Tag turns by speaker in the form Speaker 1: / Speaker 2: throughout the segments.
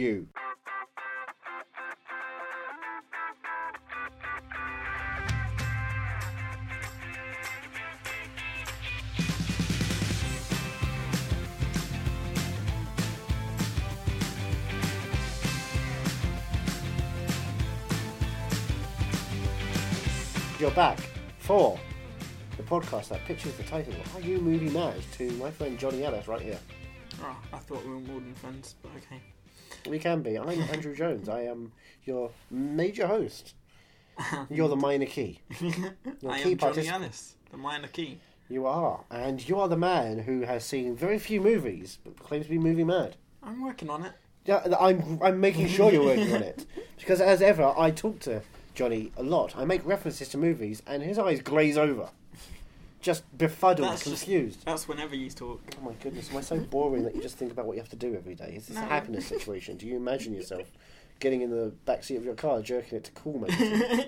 Speaker 1: you You're back for the podcast that pictures the title Are You Movie Mad? to my friend Johnny Ellis right here.
Speaker 2: Oh, I thought we were more than friends, but okay.
Speaker 1: We can be. I'm Andrew Jones. I am your major host. You're the minor key. Your
Speaker 2: I
Speaker 1: key
Speaker 2: am Johnny
Speaker 1: partic-
Speaker 2: Annis, the minor key.
Speaker 1: You are. And you are the man who has seen very few movies but claims to be movie mad.
Speaker 2: I'm working on it.
Speaker 1: Yeah, and I'm, I'm making sure you're working on it. Because as ever, I talk to Johnny a lot. I make references to movies and his eyes glaze over. Just befuddled,
Speaker 2: That's just-
Speaker 1: confused.
Speaker 2: That's whenever you talk.
Speaker 1: Oh my goodness, am I so boring that you just think about what you have to do every day? Is this a
Speaker 2: No.
Speaker 1: happiness situation? Do you imagine yourself getting in the back seat of your car, jerking it to cool magazine?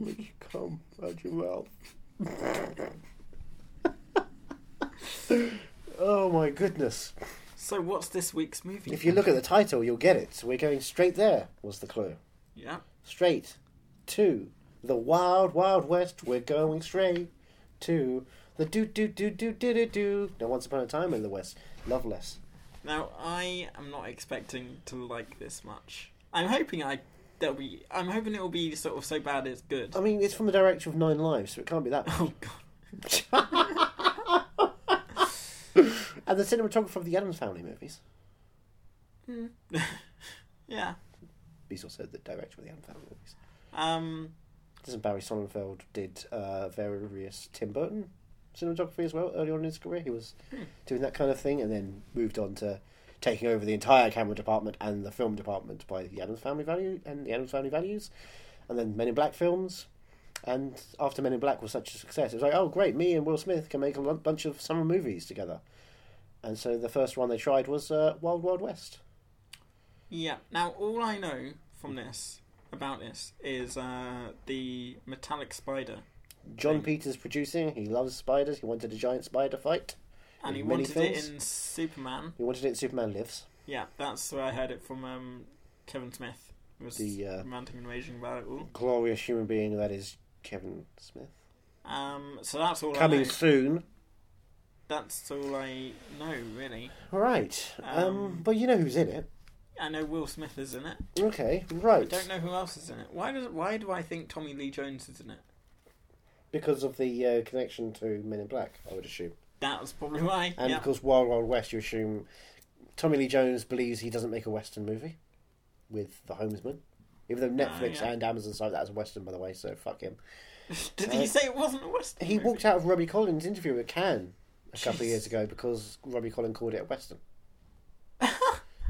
Speaker 1: Which come out your mouth. oh my goodness.
Speaker 2: so, what's this week's movie?
Speaker 1: If you look at the title, you'll get it. We're going straight there, was the clue.
Speaker 2: yeah,
Speaker 1: Straight to the wild, wild west. We're going straight to the do, do, do, do, do, do, do. Now, once upon a time in the west, Loveless.
Speaker 2: now I am not expecting to like this much. I'm hoping I there'll be. I'm hoping it will be sort of so bad it's good.
Speaker 1: I mean, it's from the director of Nine Lives, so it can't be that.
Speaker 2: Oh god.
Speaker 1: and the cinematographer of the Adams Family movies.
Speaker 2: Yeah.
Speaker 1: He's also the director of the Adams Family movies.
Speaker 2: Um.
Speaker 1: Doesn't Barry Sonnenfeld did uh, various Tim Burton cinematography as well early on in his career? He was doing that kind of thing, and then moved on to taking over the entire camera department and the film department by the Adams Family Value and the Adams Family Values, and then Men in Black films. And after Men in Black was such a success, it was like, oh great, me and Will Smith can make a lun- bunch of summer movies together. And so the first one they tried was uh, Wild Wild West.
Speaker 2: Yeah. Now all I know from this about this is uh, the metallic spider,
Speaker 1: John Peters producing. He loves spiders. He wanted a giant spider fight.
Speaker 2: and he
Speaker 1: In many
Speaker 2: wanted
Speaker 1: films?
Speaker 2: it in Superman.
Speaker 1: He wanted it in Superman Lives.
Speaker 2: Yeah, that's where I heard it from um, Kevin Smith. It was
Speaker 1: The, uh,
Speaker 2: romantic invasion about it all.
Speaker 1: glorious human being that is Kevin Smith.
Speaker 2: Um, so that's all I
Speaker 1: Coming
Speaker 2: know.
Speaker 1: soon.
Speaker 2: That's all I know really.
Speaker 1: Right. Um,
Speaker 2: Um,
Speaker 1: but you know who's in it.
Speaker 2: I know Will Smith is in it.
Speaker 1: Okay,
Speaker 2: I
Speaker 1: right.
Speaker 2: don't know who else is in it. Why does why do I think Tommy Lee Jones is in it?
Speaker 1: Because of the uh, connection to Men in Black, I would assume.
Speaker 2: That was probably why.
Speaker 1: And
Speaker 2: yeah.
Speaker 1: of course, Wild Wild West, you assume Tommy Lee Jones believes he doesn't make a Western movie with The Homesman. Even though
Speaker 2: Ah,
Speaker 1: Netflix
Speaker 2: yeah.
Speaker 1: and Amazon cite that as a Western, by the way, so fuck him.
Speaker 2: Did
Speaker 1: uh,
Speaker 2: he say it wasn't a western?
Speaker 1: He
Speaker 2: movie?
Speaker 1: walked out of Robbie Collins' interview at Cannes a couple of
Speaker 2: Jeez.
Speaker 1: years ago because Robbie Collins called it a Western.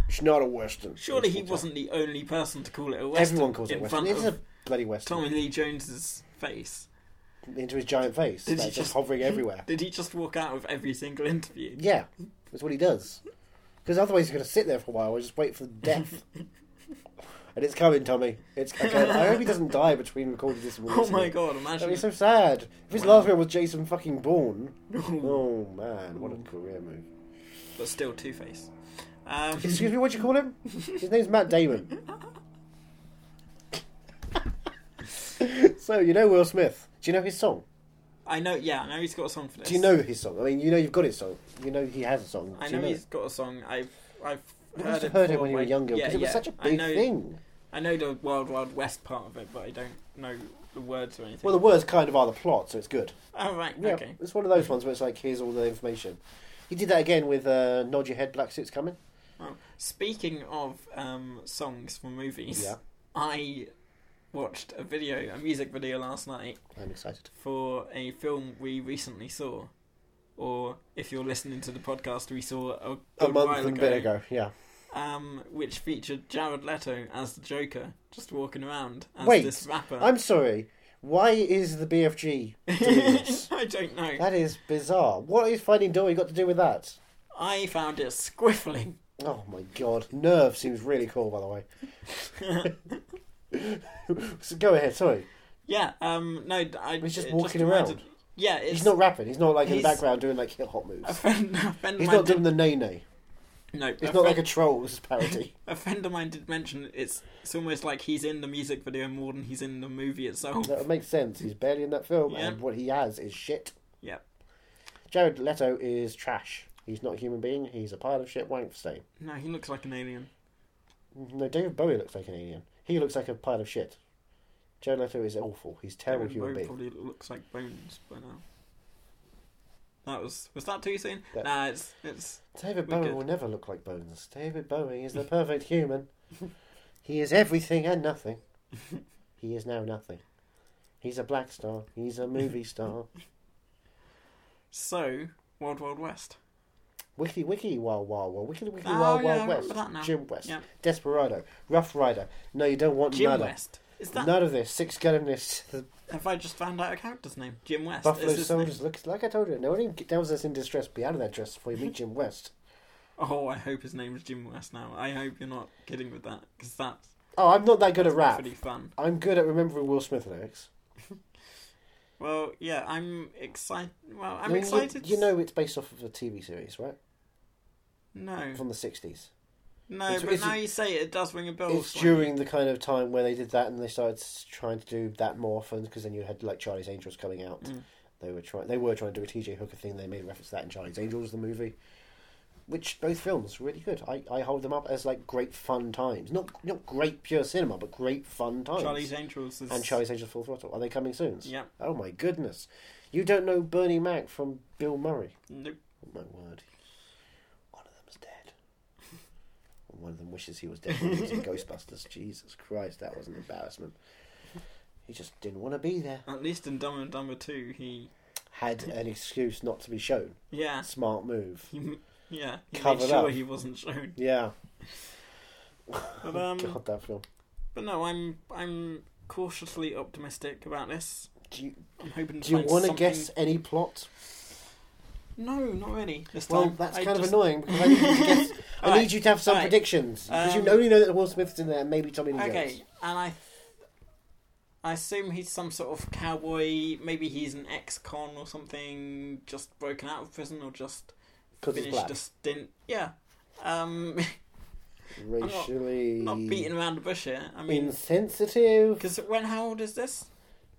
Speaker 1: it's not a Western.
Speaker 2: Surely
Speaker 1: He
Speaker 2: he
Speaker 1: walked out.
Speaker 2: wasn't the only person to call it a western.
Speaker 1: Everyone calls
Speaker 2: in
Speaker 1: it Western.
Speaker 2: front
Speaker 1: It's
Speaker 2: of
Speaker 1: a bloody Western.
Speaker 2: Tommy Lee Jones's face.
Speaker 1: Into his giant face.
Speaker 2: Did
Speaker 1: like,
Speaker 2: he
Speaker 1: just,
Speaker 2: just-
Speaker 1: hovering everywhere.
Speaker 2: Did he just walk out of every single interview?
Speaker 1: Yeah, that's what he does. Because otherwise he's going to sit there for a while and just wait for death. and it's coming, Tommy. It's okay. I hope he doesn't die between recording this and
Speaker 2: Oh
Speaker 1: releasing
Speaker 2: my
Speaker 1: it.
Speaker 2: god!
Speaker 1: That'd
Speaker 2: Imagine
Speaker 1: be so sad. If his last film was Jason fucking Bourne. Oh man, what a career move.
Speaker 2: but still Two Face. Um,
Speaker 1: Excuse me, what'd you call him? His name's Matt Damon. so, you know Will Smith. Do you know his song?
Speaker 2: I know, yeah, I know he's got a song for this.
Speaker 1: Do you know his song? I mean, you know you've got his song. You know he has a song.
Speaker 2: I
Speaker 1: Do
Speaker 2: know,
Speaker 1: you know
Speaker 2: he's got a song. I've, I've
Speaker 1: You
Speaker 2: heard,
Speaker 1: must
Speaker 2: it,
Speaker 1: have heard it
Speaker 2: before
Speaker 1: when you were younger
Speaker 2: yeah,
Speaker 1: because it was
Speaker 2: yeah.
Speaker 1: such a
Speaker 2: I
Speaker 1: big
Speaker 2: know,
Speaker 1: thing.
Speaker 2: I know the Wild Wild West part of it, but I don't know the words or anything.
Speaker 1: Well, the words kind of are the plot, so it's good.
Speaker 2: oh right,
Speaker 1: Yeah,
Speaker 2: okay.
Speaker 1: it's one of those ones where it's like, here's all the information. He did that again with uh, Nod Your Head, Black Suit's Coming.
Speaker 2: Well, speaking of um, songs for movies,
Speaker 1: Yeah.
Speaker 2: I watched a video, a music video last night
Speaker 1: I'm excited.
Speaker 2: for a film we recently saw, or if you're listening to the podcast, we saw a,
Speaker 1: A
Speaker 2: good
Speaker 1: month
Speaker 2: while
Speaker 1: and a bit ago, yeah.
Speaker 2: um, which featured Jared Leto as the Joker, just walking around as
Speaker 1: Wait,
Speaker 2: this rapper.
Speaker 1: I'm sorry. Why is the BFG doing this?
Speaker 2: I don't know.
Speaker 1: that is bizarre. What is Finding Dory got to do with that?
Speaker 2: I found it squiffling.
Speaker 1: Oh my god. Nerve seems really cool, by the way. so go ahead, sorry.
Speaker 2: Yeah, um, no, I
Speaker 1: He's just
Speaker 2: it
Speaker 1: walking
Speaker 2: reminded-
Speaker 1: around.
Speaker 2: yeah, it's
Speaker 1: He's not rapping. He's not like in the
Speaker 2: he's-
Speaker 1: background doing like hip hop
Speaker 2: a
Speaker 1: moves.
Speaker 2: friend. A friend
Speaker 1: He's
Speaker 2: of mine
Speaker 1: not doing
Speaker 2: did,
Speaker 1: the nay nay.
Speaker 2: no.
Speaker 1: It's
Speaker 2: a
Speaker 1: not
Speaker 2: friend,
Speaker 1: like a troll. This is parody.
Speaker 2: a friend of mine did mention it's it's almost like he's in the music video more than he's in the movie itself.
Speaker 1: that makes sense. He's barely in that film,
Speaker 2: Yeah.
Speaker 1: and what he has is shit.
Speaker 2: Yep.
Speaker 1: Jared Leto is trash. He's not a human being. He's a pile of shit wank stain.
Speaker 2: No, he looks like an alien.
Speaker 1: No, David Bowie looks like an alien. He looks like a pile of shit. Jared Leto is awful. He's a terrible
Speaker 2: David
Speaker 1: human
Speaker 2: Bowie
Speaker 1: being.
Speaker 2: Probably looks like bones by now. That was was that too soon?
Speaker 1: That-
Speaker 2: Nah, it's it's
Speaker 1: David
Speaker 2: Wicked.
Speaker 1: Bowie will never look like Bones. David Bowie is the perfect human. he is everything and nothing. he is now nothing. He's a black star. He's a movie star.
Speaker 2: so Wild Wild West.
Speaker 1: Wiki Wiki Wild Wild Wild Wiki Wiki
Speaker 2: Oh,
Speaker 1: Wild
Speaker 2: yeah, I
Speaker 1: Wild West.
Speaker 2: remember that now.
Speaker 1: Jim West.
Speaker 2: Yeah.
Speaker 1: Desperado. Rough Rider. No, you don't want
Speaker 2: Jim
Speaker 1: none of
Speaker 2: West. Is that
Speaker 1: none of this. Six gun in this. The
Speaker 2: have I just found out a character's name? Jim West.
Speaker 1: Buffalo
Speaker 2: is his
Speaker 1: Soldiers looks like I told you. No one even tells us in distress. Be out of that dress before you meet Jim West.
Speaker 2: Name. Oh, I hope his name is Jim West now. I hope you're not kidding with that because that's
Speaker 1: Oh, I'm not that good at rap.
Speaker 2: pretty fun.
Speaker 1: I'm good at remembering Will Smith lyrics.
Speaker 2: Well, yeah, I'm excited. Well, I'm
Speaker 1: I mean, you-
Speaker 2: excited.
Speaker 1: You, know, it's based off of a TV series, right?
Speaker 2: no,
Speaker 1: From the 60s.
Speaker 2: no,
Speaker 1: It's-
Speaker 2: but
Speaker 1: it's-
Speaker 2: now you say it, it does ring a bell.
Speaker 1: it's
Speaker 2: slightly.
Speaker 1: during the kind of time where they did that and they started s- trying to do that more often because then you had like Charlie's Angels coming out.
Speaker 2: Mm.
Speaker 1: They were trying. They were trying to do a TJ Hooker thing. They made a reference to that in Charlie's Angels, the movie, which both films really good. I, I hold them up as like great fun times. Not not great pure cinema, but great fun times.
Speaker 2: Charlie's Angels is
Speaker 1: and Charlie's Angels Full Throttle. Are they coming soon?
Speaker 2: Yeah,
Speaker 1: Oh my goodness, you don't know Bernie Mac from Bill Murray.
Speaker 2: nope.
Speaker 1: Oh, my word. One of them's dead. And One of them wishes he was dead when he was in Ghostbusters. Jesus Christ, that was an embarrassment. He just didn't want to be there.
Speaker 2: At least in Dumb and Dumber Two, he
Speaker 1: Had an excuse not to be shown.
Speaker 2: yeah
Speaker 1: Smart move.
Speaker 2: he yeah he
Speaker 1: Covered
Speaker 2: made sure
Speaker 1: up.
Speaker 2: he wasn't shown.
Speaker 1: Yeah.
Speaker 2: But um,
Speaker 1: Oh, God, that film.
Speaker 2: but no, I'm I'm cautiously optimistic about this.
Speaker 1: Do you,
Speaker 2: I'm hoping. To
Speaker 1: do you
Speaker 2: find
Speaker 1: want to
Speaker 2: something-
Speaker 1: guess any plot?
Speaker 2: No, not really. This
Speaker 1: Well,
Speaker 2: time.
Speaker 1: that's
Speaker 2: I
Speaker 1: kind of
Speaker 2: just-
Speaker 1: annoying because I need you to guess. I
Speaker 2: Alright,
Speaker 1: need you to have some
Speaker 2: alright.
Speaker 1: predictions because
Speaker 2: Um,
Speaker 1: you only know that Will Smith's in there and maybe Tommy Lee Jones.
Speaker 2: Okay, and I, th- I assume he's some sort of cowboy. Maybe he's an ex-con or something, just broken out of prison or just
Speaker 1: 'Cause he's
Speaker 2: finished
Speaker 1: black.
Speaker 2: a stint. Yeah, um, not-
Speaker 1: Racially
Speaker 2: not beating around the bush here. I mean,
Speaker 1: insensitive.
Speaker 2: because when how old is this?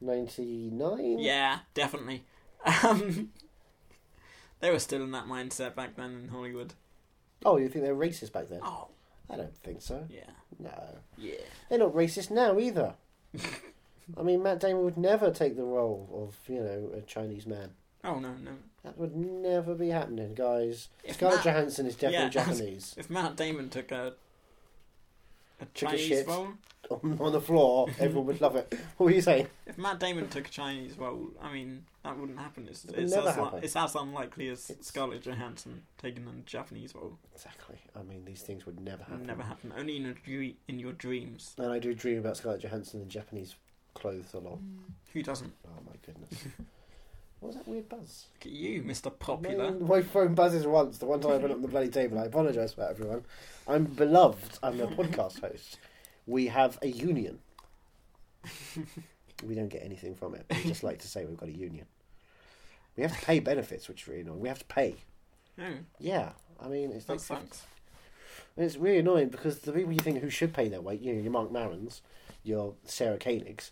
Speaker 1: 99?
Speaker 2: Yeah, definitely. Um, they were still in that mindset back then in Hollywood.
Speaker 1: Oh, you think they were racist back then?
Speaker 2: Oh,
Speaker 1: I don't think so.
Speaker 2: yeah,
Speaker 1: No.
Speaker 2: yeah.
Speaker 1: They're not racist now either. I mean, Matt Damon would never take the role of, you know, a Chinese man.
Speaker 2: Oh no, no.
Speaker 1: That would never be happening, guys.
Speaker 2: If
Speaker 1: Scarlett
Speaker 2: Matt,
Speaker 1: Johansson is definitely
Speaker 2: Yeah.
Speaker 1: Japanese.
Speaker 2: if Matt Damon took a a
Speaker 1: a
Speaker 2: Chinese
Speaker 1: shit.
Speaker 2: role,
Speaker 1: On on the floor, everyone would love it. What were you saying?
Speaker 2: If Matt Damon took a Chinese role, I mean, that wouldn't happen. It's,
Speaker 1: It would
Speaker 2: it's,
Speaker 1: never
Speaker 2: as, li-
Speaker 1: happen.
Speaker 2: it's as unlikely as
Speaker 1: It's-
Speaker 2: Scarlett Johansson taking on a Japanese role.
Speaker 1: Exactly. I mean, these things would never happen.
Speaker 2: Never happen. Only in, a dre- in your dreams.
Speaker 1: And I do dream about Scarlett Johansson in Japanese clothes a lot.
Speaker 2: Who doesn't?
Speaker 1: Oh, my goodness. what was that weird buzz?
Speaker 2: Look at you, Mr. Popular.
Speaker 1: My, my phone buzzes once. The one time I went up on the bloody table. I apologise for that, everyone. I'm beloved. I'm a podcast host. We have a union. we don't get anything from it. We just like to say we've got a union. We have to pay benefits, which is really annoying. We have to pay.
Speaker 2: No,
Speaker 1: Yeah, I mean, it's
Speaker 2: that
Speaker 1: like
Speaker 2: sucks.
Speaker 1: it's really annoying because the people you think who should pay their weight, you know, your Mark Marons, your Sarah Koenigs,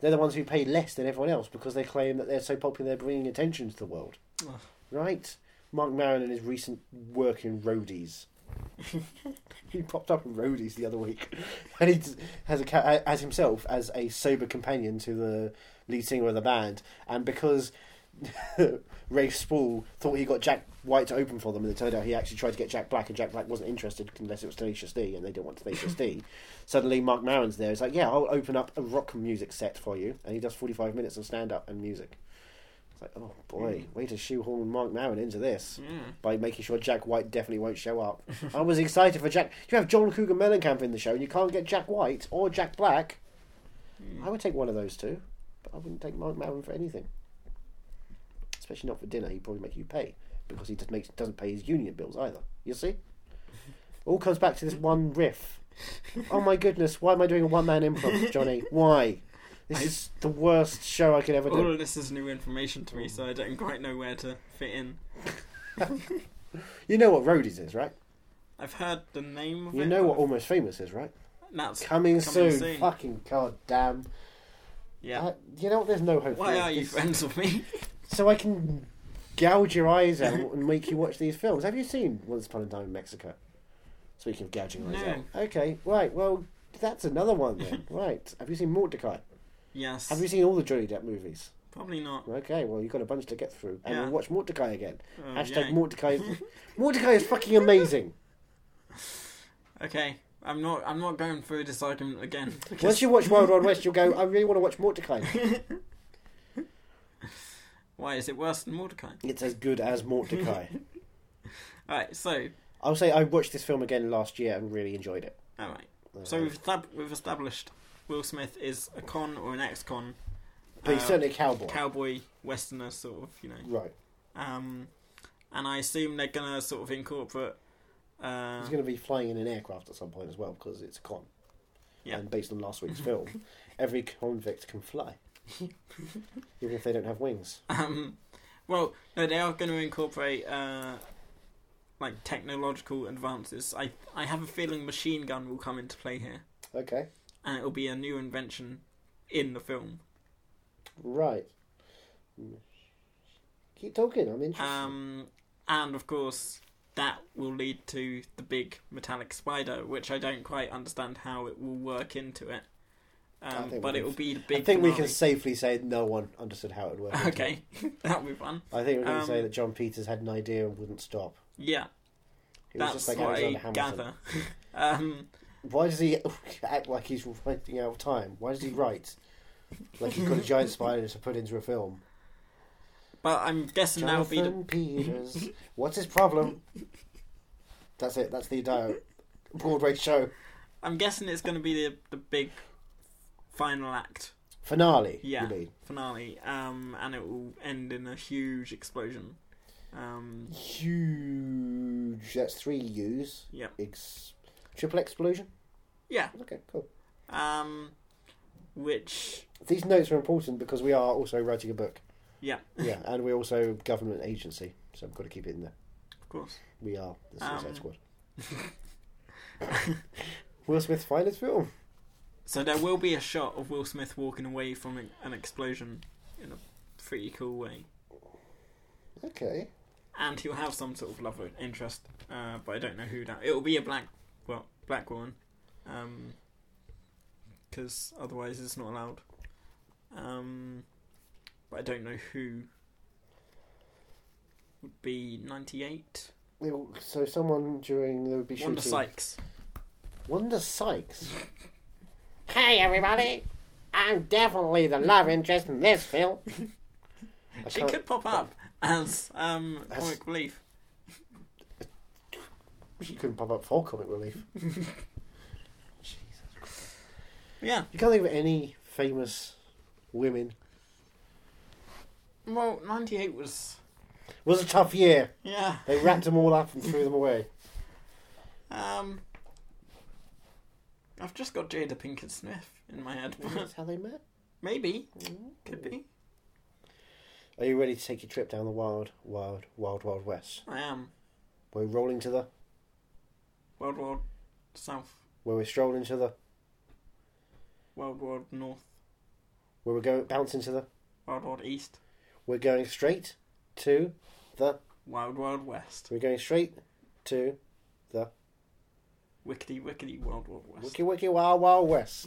Speaker 1: they're the ones who pay less than everyone else because they claim that they're so popular they're bringing attention to the world.
Speaker 2: Ugh.
Speaker 1: Right? Mark Maron and his recent work in Roadies. he popped up in Roadies the other week, and he d- has a ca- as himself as a sober companion to the lead singer of the band, and because. Ray Spall thought he got Jack White to open for them, and it turned out he actually tried to get Jack Black, and Jack Black wasn't interested unless it was Tenacious D, and they didn't want Tenacious D. Suddenly, Mark Maron's there. He's like, "Yeah, I'll open up a rock music set for you," and he does forty-five minutes of stand-up and music. It's like, oh boy, way to shoehorn Mark Maron into this
Speaker 2: Mm.
Speaker 1: by making sure Jack White definitely won't show up. I was excited for Jack. You have John Cougar Mellencamp in the show, and you can't get Jack White or Jack Black.
Speaker 2: Mm.
Speaker 1: I would take one of those two, but I wouldn't take Mark Maron for anything. Especially not for dinner. He'd probably make you pay because he just makes doesn't pay his union bills either. You see, all comes back to this one riff. Oh my goodness! Why am I doing a one man improv, Johnny? Why? This
Speaker 2: I-
Speaker 1: is the worst show I could ever
Speaker 2: All
Speaker 1: do.
Speaker 2: of this is new information to me, so I don't quite know where to fit in.
Speaker 1: You know what Roadies is, right?
Speaker 2: I've heard the name of it.
Speaker 1: You know
Speaker 2: but
Speaker 1: what Almost Famous is, right?
Speaker 2: I've- That's
Speaker 1: Coming,
Speaker 2: Coming
Speaker 1: soon.
Speaker 2: soon.
Speaker 1: Fucking goddamn.
Speaker 2: yeah.
Speaker 1: Uh, you know what? There's no hope. for
Speaker 2: Why
Speaker 1: you.
Speaker 2: are you
Speaker 1: It's-
Speaker 2: friends with me?
Speaker 1: So I can gouge your eyes out and make you watch these films. Have you seen Once Upon a Time in Mexico? Speaking of gouging eyes
Speaker 2: No.
Speaker 1: out. Okay, right, well, that's another one then. right. Have you seen Mordecai?
Speaker 2: Yes.
Speaker 1: Have you seen all the Johnny Depp movies?
Speaker 2: Probably not.
Speaker 1: Okay, well, you've got a bunch to get through. And
Speaker 2: Yeah.
Speaker 1: we'll watch Mordecai again.
Speaker 2: Oh,
Speaker 1: Hashtag
Speaker 2: yay.
Speaker 1: Mordecai. Mordecai is fucking amazing.
Speaker 2: Okay, I'm not. I'm not going through this argument again.
Speaker 1: Once you watch Wild Wild West, you'll go, I really want to watch Mordecai.
Speaker 2: Why is it worse than Mordecai?
Speaker 1: It's as good as Mordecai.
Speaker 2: All right. So,
Speaker 1: I'll say I watched this film again last year and really enjoyed it.
Speaker 2: all right. So
Speaker 1: Uh,
Speaker 2: we've estab- we've established Will Smith is a con or an ex-con.
Speaker 1: but he's
Speaker 2: uh,
Speaker 1: certainly a cowboy.
Speaker 2: cowboy westerner sort of, you know.
Speaker 1: right.
Speaker 2: Um, and I assume they're gonna sort of incorporate. Uh,
Speaker 1: He's going to be flying in an aircraft at some point as well because it's a con.
Speaker 2: Yeah.
Speaker 1: And based on last week's film, every convict can fly, even if they don't have wings.
Speaker 2: um, well, no, they are going to incorporate uh, like technological advances. I I have a feeling machine gun will come into play here,
Speaker 1: Okay.
Speaker 2: and it will be a new invention in the film.
Speaker 1: Right. Keep talking. I'm interested.
Speaker 2: Um, and of course, that will lead to the big metallic spider, which I don't quite understand how it will work into it.
Speaker 1: I
Speaker 2: Um,
Speaker 1: think
Speaker 2: but
Speaker 1: we
Speaker 2: it
Speaker 1: can-
Speaker 2: will be the
Speaker 1: I
Speaker 2: big.
Speaker 1: think we can
Speaker 2: finale.
Speaker 1: safely say no one understood how it would work.
Speaker 2: Okay, that'll be fun.
Speaker 1: I think we can
Speaker 2: Um,
Speaker 1: say that John Peters had an idea and wouldn't stop.
Speaker 2: Yeah,
Speaker 1: He was
Speaker 2: that's
Speaker 1: just like
Speaker 2: what I
Speaker 1: Alexander Hamilton.
Speaker 2: gather. um,
Speaker 1: Why does he act like he's writing out of time? Why does he write like he's got a giant spider to put into a film?
Speaker 2: but I'm guessing that'll be the
Speaker 1: Jonathan Peters, what's his problem? That's it. That's the entire Broadway show
Speaker 2: I'm guessing it's going to be the the big final act
Speaker 1: finale.
Speaker 2: Yeah.
Speaker 1: You mean?
Speaker 2: finale, um, and it will end in a huge explosion. Um,
Speaker 1: Huge. That's three U's.
Speaker 2: yeah,
Speaker 1: Ex- triple explosion.
Speaker 2: yeah.
Speaker 1: Okay, cool.
Speaker 2: Um, which
Speaker 1: These notes are important because we are also writing a book.
Speaker 2: yeah,
Speaker 1: Yeah, and we're also a government agency, so I've got to keep it in there.
Speaker 2: of course.
Speaker 1: We are the Suicide
Speaker 2: Um.
Speaker 1: Squad. Will Smith's finest film.
Speaker 2: So there will be a shot of Will Smith walking away from an- an explosion in a pretty cool way,
Speaker 1: Okay.
Speaker 2: and he'll have some sort of love interest, uh, but I don't know who that. It will be a black, well, black woman, um, because otherwise it's not allowed. Um, but I don't know who would be ninety eight.
Speaker 1: Well, So someone during there would be shooting.
Speaker 2: Wanda Sykes.
Speaker 1: Wanda Sykes. hey everybody, I'm definitely the love interest in this film. I
Speaker 2: She
Speaker 1: can't-
Speaker 2: could pop up as um,
Speaker 1: That's-
Speaker 2: comic relief.
Speaker 1: She couldn't pop up for comic relief.
Speaker 2: Yeah.
Speaker 1: You can't think of any famous women.
Speaker 2: Well, ninety eight was
Speaker 1: It was a tough year.
Speaker 2: yeah.
Speaker 1: They wrapped them all up and threw them away.
Speaker 2: Um, I've just got Jada Pinkett Smith in my head.
Speaker 1: Maybe That's how they met.
Speaker 2: Maybe could be.
Speaker 1: Are you ready to take your trip down the wild, wild, wild, wild west?
Speaker 2: I am
Speaker 1: We're rolling to the.
Speaker 2: Um, World War South,
Speaker 1: Where we're strolling to the.
Speaker 2: World War North,
Speaker 1: Where we're going bouncing to the.
Speaker 2: World War East,
Speaker 1: We're going straight to the.
Speaker 2: Wild World West,
Speaker 1: We're going straight to the
Speaker 2: Wickety Wickety World War West.
Speaker 1: Wiki Wiki Wild Wild West.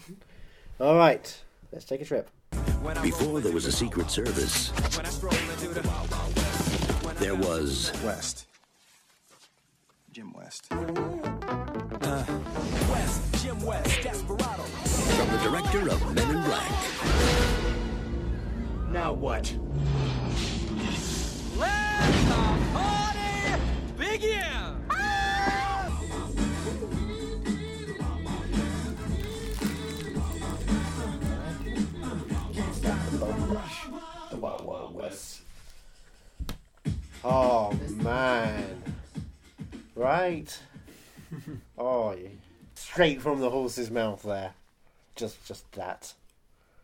Speaker 1: All right, let's take a trip.
Speaker 3: Before there was a Secret Service, there was
Speaker 4: West. Mm. Jim West.
Speaker 3: from the director of Men in Black.
Speaker 4: Now what?
Speaker 1: The Wild Wild West. Oh man! Right. Oh, you- straight from the horse's mouth there. Just, just that.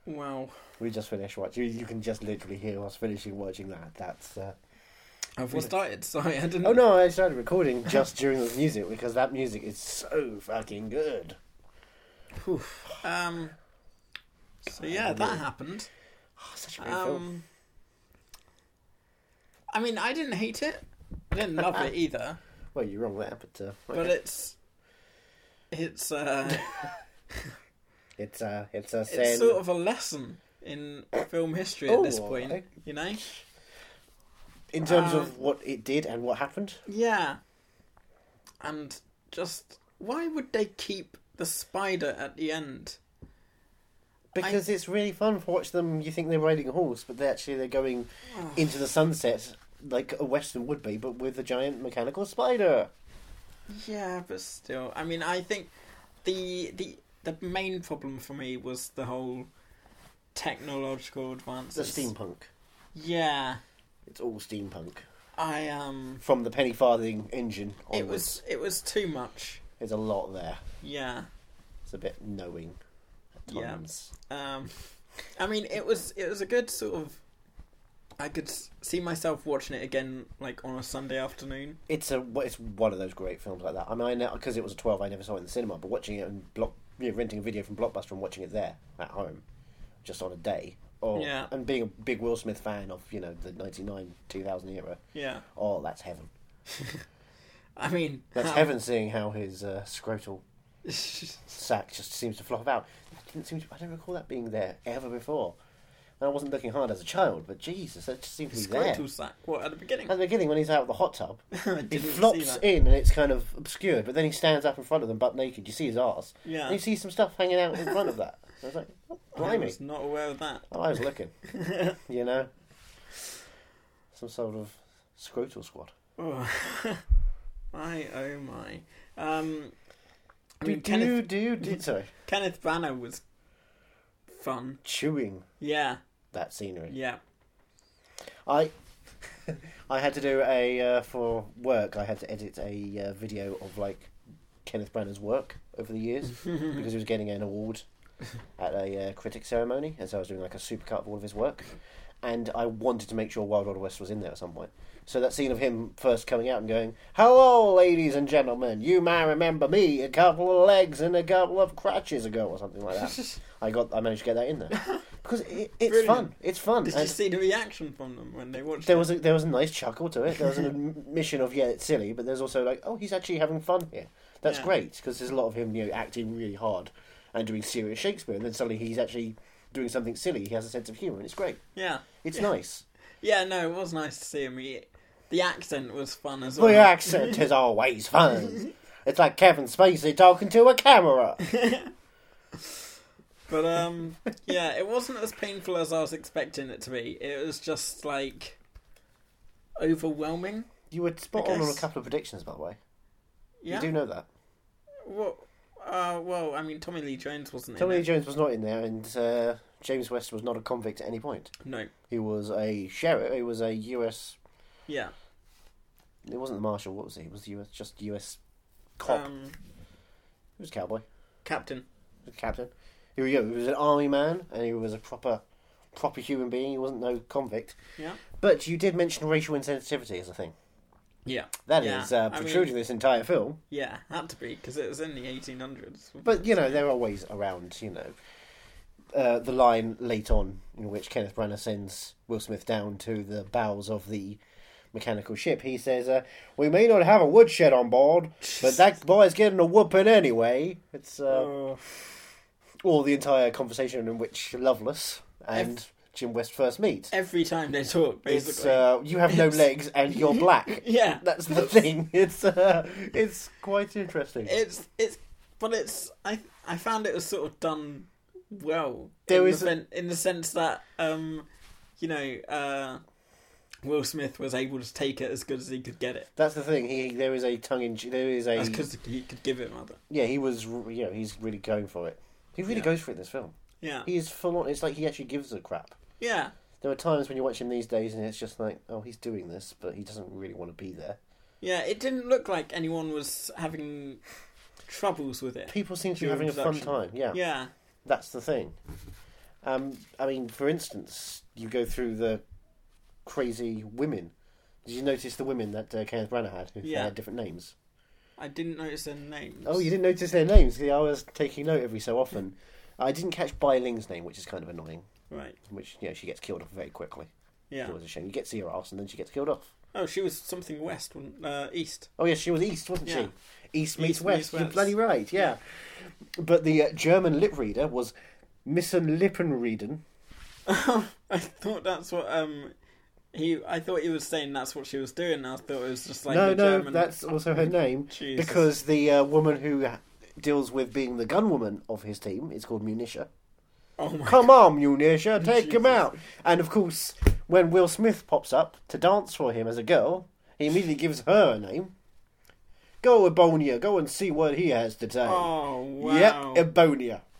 Speaker 2: Wow.
Speaker 1: We just finished watching. You, you can just literally hear us finishing watching that. That's. Uh...
Speaker 2: I've well started. Sorry, I didn't.
Speaker 1: Oh no! I started recording just during the music because that music is so fucking good.
Speaker 2: Um. So yeah, that happened.
Speaker 1: Oh, such a great film.
Speaker 2: Um. I mean, I didn't hate it. I didn't love it either.
Speaker 1: Well, you're wrong there, but uh,
Speaker 2: But
Speaker 1: okay.
Speaker 2: it's it's uh
Speaker 1: it's uh, it's a
Speaker 2: it's
Speaker 1: sin.
Speaker 2: sort of a lesson in film history at this
Speaker 1: Oh,
Speaker 2: point.
Speaker 1: okay.
Speaker 2: You know?
Speaker 1: in terms
Speaker 2: um,
Speaker 1: of what it did and what happened.
Speaker 2: Yeah. And just why would they keep the spider at the end?
Speaker 1: Because it's really fun to watch them. You think they're riding a horse, but they actually they're going
Speaker 2: Oh,
Speaker 1: into the sunset like a western would be, but with a giant mechanical spider.
Speaker 2: Yeah, but still, I mean, I think the the the main problem for me was the whole technological
Speaker 1: It's a
Speaker 2: advances.
Speaker 1: steampunk.
Speaker 2: Yeah,
Speaker 1: It's all steampunk
Speaker 2: I um,
Speaker 1: from the penny farthing engine onwards.
Speaker 2: it was it was too much.
Speaker 1: There's a lot there.
Speaker 2: Yeah,
Speaker 1: It's a bit knowing. At
Speaker 2: Yeah.
Speaker 1: times.
Speaker 2: um, I mean, it was it was a good sort of. I could s- see myself watching it again, like on a Sunday afternoon.
Speaker 1: It's a it's one of those great films like that. I mean, I because it was a twelve, I never saw it in the cinema, but watching it and block, you know, renting a video from Blockbuster and watching it there at home, just on a day, or
Speaker 2: Yeah.
Speaker 1: and being a big Will Smith fan of you know the ninety nine two thousand era.
Speaker 2: Yeah,
Speaker 1: Oh, that's heaven.
Speaker 2: I mean, um,
Speaker 1: That's
Speaker 2: how-
Speaker 1: heaven. Seeing how his uh, scrotal sack just seems to flop out. That didn't seem to, I don't recall that being there ever before. And I wasn't looking hard as a child, but Jesus, that just seems to be there.
Speaker 2: Scrotal sack. What at the beginning?
Speaker 1: At the beginning, when he's out of the hot tub,
Speaker 2: I
Speaker 1: he
Speaker 2: didn't see
Speaker 1: flops
Speaker 2: that.
Speaker 1: in and it's kind of obscured, but then he stands up in front of them butt naked. You see his arse.
Speaker 2: Yeah.
Speaker 1: And you see some stuff hanging out in front of that. I was like, oh,
Speaker 2: I
Speaker 1: blimey.
Speaker 2: was not aware of that.
Speaker 1: Oh, I was looking. you know? Some sort of scrotal squad.
Speaker 2: Oh. my oh my. Um, I mean,
Speaker 1: do,
Speaker 2: Kenneth,
Speaker 1: do, do, do- Sorry.
Speaker 2: Kenneth Branagh was fun.
Speaker 1: Chewing
Speaker 2: Yeah,
Speaker 1: that scenery.
Speaker 2: yeah.
Speaker 1: I. I had to do a uh, for work. I had to edit a uh, video of like Kenneth Branagh's work over the years because he was getting an award at a uh, critic ceremony, and so I was doing like a supercut of all of his work. And I wanted to make sure Wild Wild West was in there at some point. So that scene of him first coming out and going, "Hello, ladies and gentlemen, you may remember me a couple of legs and a couple of crutches ago, or something like that." I got, I managed to get that in there because it, it's
Speaker 2: Brilliant.
Speaker 1: fun. It's fun.
Speaker 2: Did you
Speaker 1: And-
Speaker 2: see the reaction from them when they watched
Speaker 1: there
Speaker 2: it?
Speaker 1: was a, there was a nice chuckle to it. There was an admission of yeah, it's silly, but there's also like, oh, he's actually having fun here. That's
Speaker 2: Yeah.
Speaker 1: great because there's a lot of him, you know, acting really hard and doing serious Shakespeare, and then suddenly he's actually doing something silly. He has a sense of humour, and it's great.
Speaker 2: yeah,
Speaker 1: It's nice.
Speaker 2: yeah. No, it was nice to see him. He, the accent was fun as well.
Speaker 1: The accent is always fun. It's like Kevin Spacey talking to a camera.
Speaker 2: But um, yeah, it wasn't as painful as I was expecting it to be. It was just like overwhelming.
Speaker 1: You were spot
Speaker 2: I
Speaker 1: on on a
Speaker 2: guess.
Speaker 1: couple of predictions, by the way.
Speaker 2: Yeah.
Speaker 1: You do know that.
Speaker 2: Well, uh, well, I mean, Tommy Lee Jones wasn't
Speaker 1: Tommy Lee
Speaker 2: in it.
Speaker 1: Jones was not in there, and uh, James West was not a convict at any point.
Speaker 2: no.
Speaker 1: He was a sheriff. He was a U.S.
Speaker 2: Yeah.
Speaker 1: It wasn't the marshal. What was it? It was US, just US cop. it
Speaker 2: Um,
Speaker 1: was a cowboy. It
Speaker 2: Captain.
Speaker 1: was a captain. Here we go. He was an army man, and he was a proper, proper human being. He wasn't no convict.
Speaker 2: Yeah.
Speaker 1: But you did mention racial insensitivity as a thing.
Speaker 2: Yeah.
Speaker 1: That is
Speaker 2: Yeah,
Speaker 1: uh,
Speaker 2: I mean-
Speaker 1: protruding this entire film.
Speaker 2: Yeah, had to be because it was in the 1800s.
Speaker 1: But you know there are ways around. You know, uh, the line late on in which Kenneth Branagh sends Will Smith down to the bows of the mechanical ship. He says, uh, "We may not have a woodshed on board, but that boy's getting a whooping anyway." It's uh,
Speaker 2: Oh,
Speaker 1: or the entire conversation in which Lovelace and Jim West first meet.
Speaker 2: every time they talk,
Speaker 1: It's
Speaker 2: basically.
Speaker 1: uh, you have no legs and you're black.
Speaker 2: Yeah.
Speaker 1: that's the thing. It's uh, it's quite interesting.
Speaker 2: it's it's, but it's I I found it was sort of done well.
Speaker 1: There
Speaker 2: in
Speaker 1: is
Speaker 2: the,
Speaker 1: a-
Speaker 2: fen- in the sense that um, you know, uh, Will Smith was able to take it as good as he could get it,
Speaker 1: that's the thing. He there is a tongue in there is a
Speaker 2: as because he could give it rather.
Speaker 1: yeah. He was r- you know he's really going for it. He really
Speaker 2: Yeah.
Speaker 1: goes for it in this film.
Speaker 2: Yeah,
Speaker 1: He is full on. It's like he actually gives a crap.
Speaker 2: yeah,
Speaker 1: There are times when you watch him these days and it's just like, oh, he's doing this, but he doesn't really want to be there.
Speaker 2: yeah. It didn't look like anyone was having troubles with it.
Speaker 1: People seem to be
Speaker 2: During
Speaker 1: having a fun
Speaker 2: production.
Speaker 1: time.
Speaker 2: Yeah,
Speaker 1: That's the thing. Um, I mean, for instance, you go through the crazy women. Did you notice the women that uh, Kenneth Branagh had? Who
Speaker 2: Yeah.
Speaker 1: had different names.
Speaker 2: I didn't notice their names.
Speaker 1: Oh, you didn't notice their names? See, I was taking note every so often. I didn't catch Bai Ling's name, which is kind of annoying.
Speaker 2: Right.
Speaker 1: Which you know she gets killed off very quickly.
Speaker 2: Yeah.
Speaker 1: It was a shame. You get to see her ass, and then she gets killed off.
Speaker 2: Oh, she was something west, wasn't- uh, east.
Speaker 1: Oh yes, she was east, wasn't
Speaker 2: Yeah.
Speaker 1: she? East meets
Speaker 2: East meets
Speaker 1: west. You're
Speaker 2: west.
Speaker 1: bloody right. Yeah. But the uh, German lip reader was Missen Lippenreden.
Speaker 2: I thought that's what um he. I thought he was saying that's what she was doing. I thought it was just like
Speaker 1: no,
Speaker 2: the
Speaker 1: no,
Speaker 2: German...
Speaker 1: that's also her name
Speaker 2: Jesus.
Speaker 1: because the uh, woman who ha- deals with being the gunwoman of his team is called Munitia.
Speaker 2: Oh my
Speaker 1: Come on, Munitia, take him
Speaker 2: Jesus.
Speaker 1: out! And of course, when Will Smith pops up to dance for him as a girl, he immediately gives her a name. Go, Ebonia, go and see what he has to say.
Speaker 2: Oh wow!
Speaker 1: Yep, Ebonia.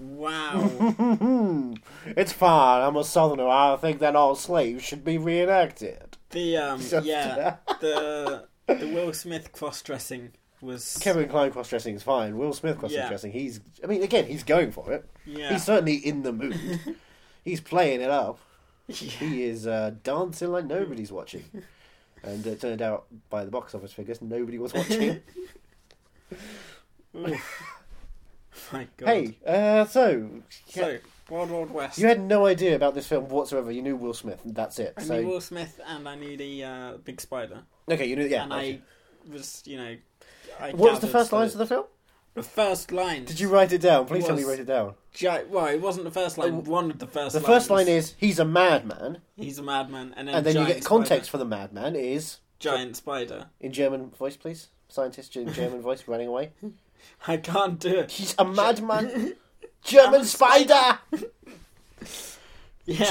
Speaker 1: Hmm,
Speaker 2: Wow!
Speaker 1: It's fine. I'm a southerner. I think that all slaves should be reenacted.
Speaker 2: the um
Speaker 1: Just-
Speaker 2: yeah the the Will Smith cross dressing was
Speaker 1: Kevin Klein cross dressing is fine. Will Smith cross
Speaker 2: Yeah.
Speaker 1: dressing, he's. I mean, again, he's going for it.
Speaker 2: yeah
Speaker 1: He's certainly in the mood. he's playing it up. He is uh, dancing like nobody's watching. And it turned out by the box office figures, nobody was watching.
Speaker 2: my God.
Speaker 1: hey, uh, so,
Speaker 2: so Wild Wild West.
Speaker 1: you had no idea about this film whatsoever. You knew Will Smith, and that's it.
Speaker 2: I
Speaker 1: so,
Speaker 2: knew Will Smith and I knew the uh, big spider
Speaker 1: okay, you knew, yeah.
Speaker 2: and
Speaker 1: okay.
Speaker 2: I was you know. I
Speaker 1: What was the
Speaker 2: gathered
Speaker 1: first
Speaker 2: that-
Speaker 1: lines of the film?
Speaker 2: The first line.
Speaker 1: Did you write it down? Please tell me you
Speaker 2: was-
Speaker 1: wrote it down.
Speaker 2: Ja- well, it wasn't the first line. One of the first.
Speaker 1: Uh, The first
Speaker 2: lines.
Speaker 1: line is he's a madman,
Speaker 2: he's a madman, and then
Speaker 1: and then you
Speaker 2: giant
Speaker 1: get context for the madman is
Speaker 2: Spider. Giant spider.
Speaker 1: in German voice, please. Scientist in German voice running away.
Speaker 2: I can't do it.
Speaker 1: He's a madman. German spider.
Speaker 2: Yeah,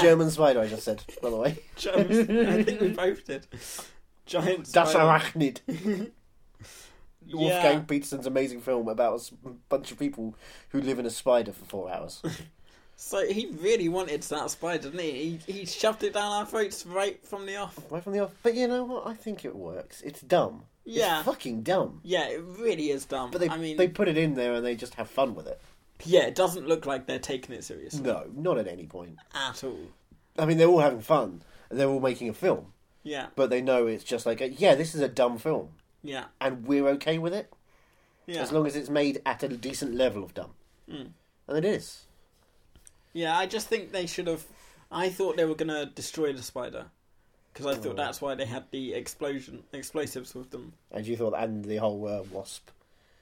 Speaker 1: German spider. I just said. By the way,
Speaker 2: German- I think we both did. Giant
Speaker 1: that's
Speaker 2: spider.
Speaker 1: arachnid. Wolfgang
Speaker 2: Yeah.
Speaker 1: Petersen's amazing film about a s- bunch of people who live in a spider for four hours.
Speaker 2: So he really wanted that spider, didn't he? He, he shoved it down our throats right from the off.
Speaker 1: right from the off. But you know what? I think it works. It's dumb.
Speaker 2: Yeah.
Speaker 1: It's fucking dumb.
Speaker 2: Yeah, it really is dumb.
Speaker 1: But they
Speaker 2: I mean,
Speaker 1: they put it in there and they just have fun with it.
Speaker 2: yeah, it doesn't look like they're taking it seriously
Speaker 1: No, not at any point.
Speaker 2: at all.
Speaker 1: I mean, they're all having fun. and They're all making a film,
Speaker 2: Yeah,
Speaker 1: but they know it's just like, a, yeah, this is a dumb film,
Speaker 2: yeah,
Speaker 1: and we're okay with it
Speaker 2: yeah. Mm.
Speaker 1: as long as it's made at a decent level of dumb, and it is.
Speaker 2: Yeah, I just think they should have. I thought they were gonna destroy the spider because I
Speaker 1: Oh.
Speaker 2: thought that's why they had the explosion explosives with them.
Speaker 1: And you thought, and the whole uh, wasp,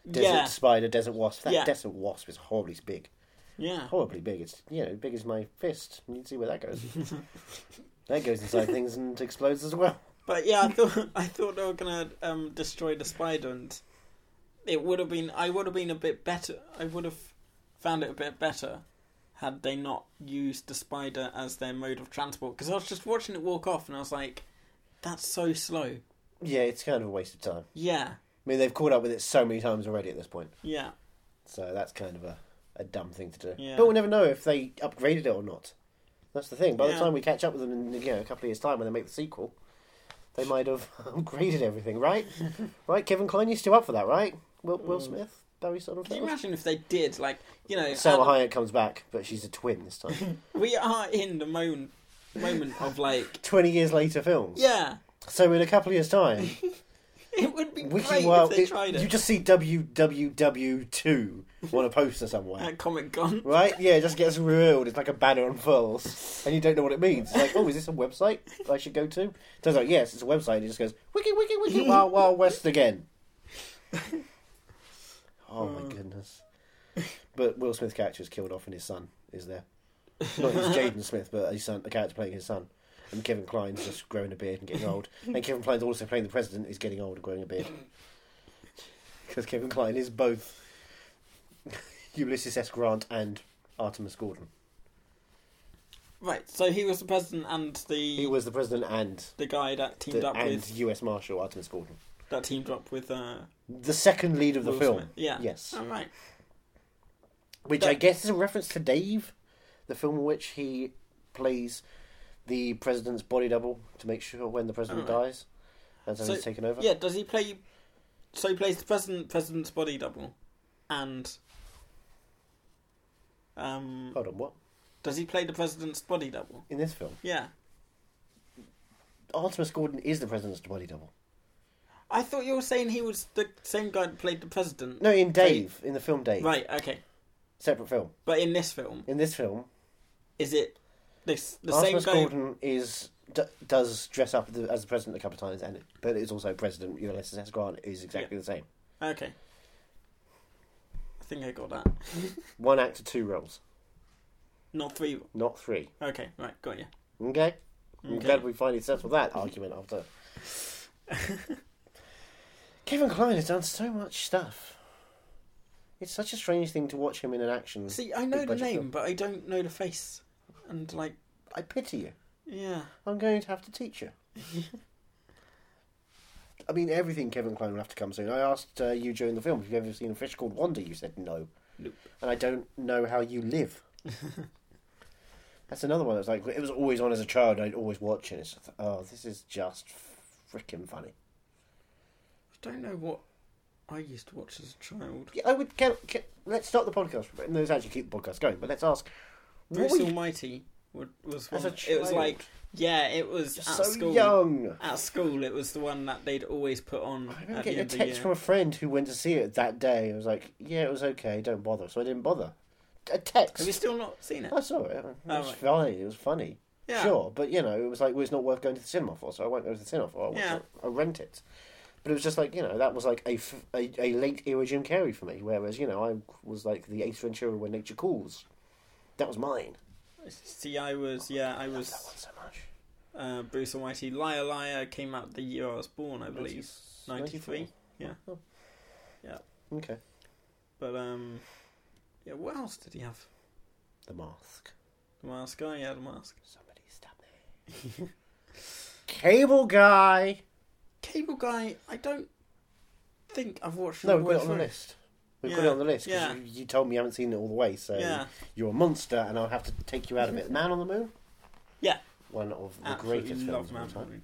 Speaker 1: desert
Speaker 2: Yeah.
Speaker 1: spider, desert wasp. That
Speaker 2: Yeah. Uh-huh.
Speaker 1: desert wasp is horribly big,
Speaker 2: Yeah,
Speaker 1: horribly big. It's you know big as my fist. You can see where that goes. that goes inside things and explodes as well.
Speaker 2: but yeah, I thought I thought they were gonna um, destroy the spider, and it would have been. I would have been a bit better. I would have found it a bit better had they not used the spider as their mode of transport. Because I was just watching it walk off, and I was like, "That's so slow."
Speaker 1: Yeah, it's kind of a waste of time.
Speaker 2: Yeah,
Speaker 1: I mean, they've caught up with it so many times already at this point.
Speaker 2: yeah,
Speaker 1: So that's kind of a, a dumb thing to do.
Speaker 2: Yeah.
Speaker 1: But we'll never know if they upgraded it or not. That's the thing. By
Speaker 2: Yeah.
Speaker 1: the time we catch up with them in you know, a couple of years' time when they make the sequel, they might have upgraded everything, right? right, Kevin Klein, you're still up for that, right? Will, Will Smith, Barry
Speaker 2: Mm. can you
Speaker 1: Sonnenfeld.
Speaker 2: imagine if they did like you know
Speaker 1: Selma
Speaker 2: Adam-
Speaker 1: Hayek comes back, but she's a twin this time.
Speaker 2: We are in the moment, moment of like,
Speaker 1: 20 years later films.
Speaker 2: yeah,
Speaker 1: So in a couple of years' time,
Speaker 2: it would be
Speaker 1: Wiki
Speaker 2: great
Speaker 1: World,
Speaker 2: if they
Speaker 1: it-
Speaker 2: tried it
Speaker 1: you just see WWW2 on a poster somewhere.
Speaker 2: at Comic Con.
Speaker 1: Right? Yeah, it just gets reeled. It's like a banner on unfurls, and you don't know what it means. It's like, oh, is this a website I should go to? Turns out, yes, it's a website. It just goes, wiki, wiki, wiki, wild, wild west again. Oh my goodness. But Will Smith's character is killed off, and his son is there. Not his Jaden Smith, but his son, the character playing his son. And Kevin Klein's just growing a beard and getting old. And Kevin Klein's also playing the president, is getting old and growing a beard. Because Kevin Klein is both Ulysses S. Grant and Artemis Gordon.
Speaker 2: Right, so he was the president and the
Speaker 1: He was the president and
Speaker 2: the guy that teamed
Speaker 1: the,
Speaker 2: up
Speaker 1: and
Speaker 2: with
Speaker 1: U.S. Marshal Artemis Gordon,
Speaker 2: that teamed up with uh,
Speaker 1: the second lead of the
Speaker 2: Will
Speaker 1: film.
Speaker 2: Smith. Yeah.
Speaker 1: Yes,
Speaker 2: All right.
Speaker 1: which I guess is a reference to Dave, the film in which he plays the president's body double to make sure when the president
Speaker 2: Alright.
Speaker 1: dies, and so, he's taken over.
Speaker 2: Yeah. Does he play? So he plays the president, president's body double, and um,
Speaker 1: Oh. Hold on, what?
Speaker 2: Does he play the president's body double?
Speaker 1: in this film.
Speaker 2: Yeah.
Speaker 1: Artemis Gordon is the president's body double.
Speaker 2: I thought you were saying he was the same guy that played the president.
Speaker 1: No, in Dave, in the film Dave,
Speaker 2: Right, okay.
Speaker 1: separate film.
Speaker 2: But in this film,
Speaker 1: In this film,
Speaker 2: is it this the
Speaker 1: Artemis
Speaker 2: same guy?
Speaker 1: Gordon is d- does dress up the, as the president a couple of times, and but it's also President Ulysses S. Grant is exactly the same.
Speaker 2: Okay. I think I got that.
Speaker 1: One actor, two roles,
Speaker 2: Not three.
Speaker 1: not three.
Speaker 2: Okay, right, got you.
Speaker 1: Okay. I'm
Speaker 2: Okay.
Speaker 1: glad we finally settled that argument after. Kevin Klein has done so much stuff. It's such a strange thing to watch him in an action.
Speaker 2: See, I know
Speaker 1: Mm. big
Speaker 2: the
Speaker 1: budget
Speaker 2: name,
Speaker 1: film.
Speaker 2: but I don't know the face. And like,
Speaker 1: I pity you.
Speaker 2: yeah,
Speaker 1: I'm going to have to teach you. I mean, everything Kevin Klein will have to come soon. I asked uh, you during the film if you've ever seen a fish called Wanda. You said no.
Speaker 2: Nope.
Speaker 1: And I don't know how you live. That's another one that's like, it was always on as a child. I'd always watch it. It's, just, oh, this is just freaking funny.
Speaker 2: I don't know what I used to watch as a child.
Speaker 1: Yeah, I would. Can, can, let's stop the podcast. for a bit. No, let's actually keep the podcast going. But let's ask. What
Speaker 2: Bruce
Speaker 1: were you-
Speaker 2: Almighty would, was one.
Speaker 1: As a
Speaker 2: It was
Speaker 1: child.
Speaker 2: like, yeah, it was at
Speaker 1: so
Speaker 2: school.
Speaker 1: young.
Speaker 2: At school, it was the one that they'd always put on
Speaker 1: I remember
Speaker 2: at the
Speaker 1: getting a
Speaker 2: end of the
Speaker 1: text from
Speaker 2: year.
Speaker 1: a friend who went to see it that day. I was like, "Yeah, it was okay. Don't bother." So I didn't bother. A text.
Speaker 2: Have you still not seen it? Oh,
Speaker 1: I saw it. It was
Speaker 2: right.
Speaker 1: funny. It was funny.
Speaker 2: Yeah.
Speaker 1: Sure, but you know, it was like well, it's not worth going to the cinema for, so I won't go to the cinema for. I watch
Speaker 2: Yeah.
Speaker 1: it. I rent it. But it was just like you know that was like a, f- a, a late era Jim Carrey for me. Whereas you know I was like the Ace Ventura when nature calls. That was mine.
Speaker 2: See, I was, yeah, I
Speaker 1: That
Speaker 2: was
Speaker 1: one so much.
Speaker 2: uh, Bruce Almighty. Liar Liar came out the year I was born, I believe. 93? Yeah.
Speaker 1: Oh.
Speaker 2: Yeah.
Speaker 1: Okay.
Speaker 2: But, um, yeah, what else did he have?
Speaker 1: The mask.
Speaker 2: The mask Oh, guy? Yeah, the mask.
Speaker 1: Somebody stop me. Cable guy.
Speaker 2: Cable guy, I don't think I've watched
Speaker 1: No,
Speaker 2: all
Speaker 1: we've
Speaker 2: the
Speaker 1: got it
Speaker 2: way
Speaker 1: on the
Speaker 2: through.
Speaker 1: list. We've got
Speaker 2: Yeah,
Speaker 1: it on the list 'cause
Speaker 2: yeah.
Speaker 1: you, you told me you haven't seen it all the way, so
Speaker 2: Yeah.
Speaker 1: you're a monster, and I'll have to take you out of it. Man on the Moon,
Speaker 2: Yeah.
Speaker 1: one of the
Speaker 2: Absolutely
Speaker 1: greatest films
Speaker 2: love
Speaker 1: of all
Speaker 2: Man
Speaker 1: time.
Speaker 2: Moon.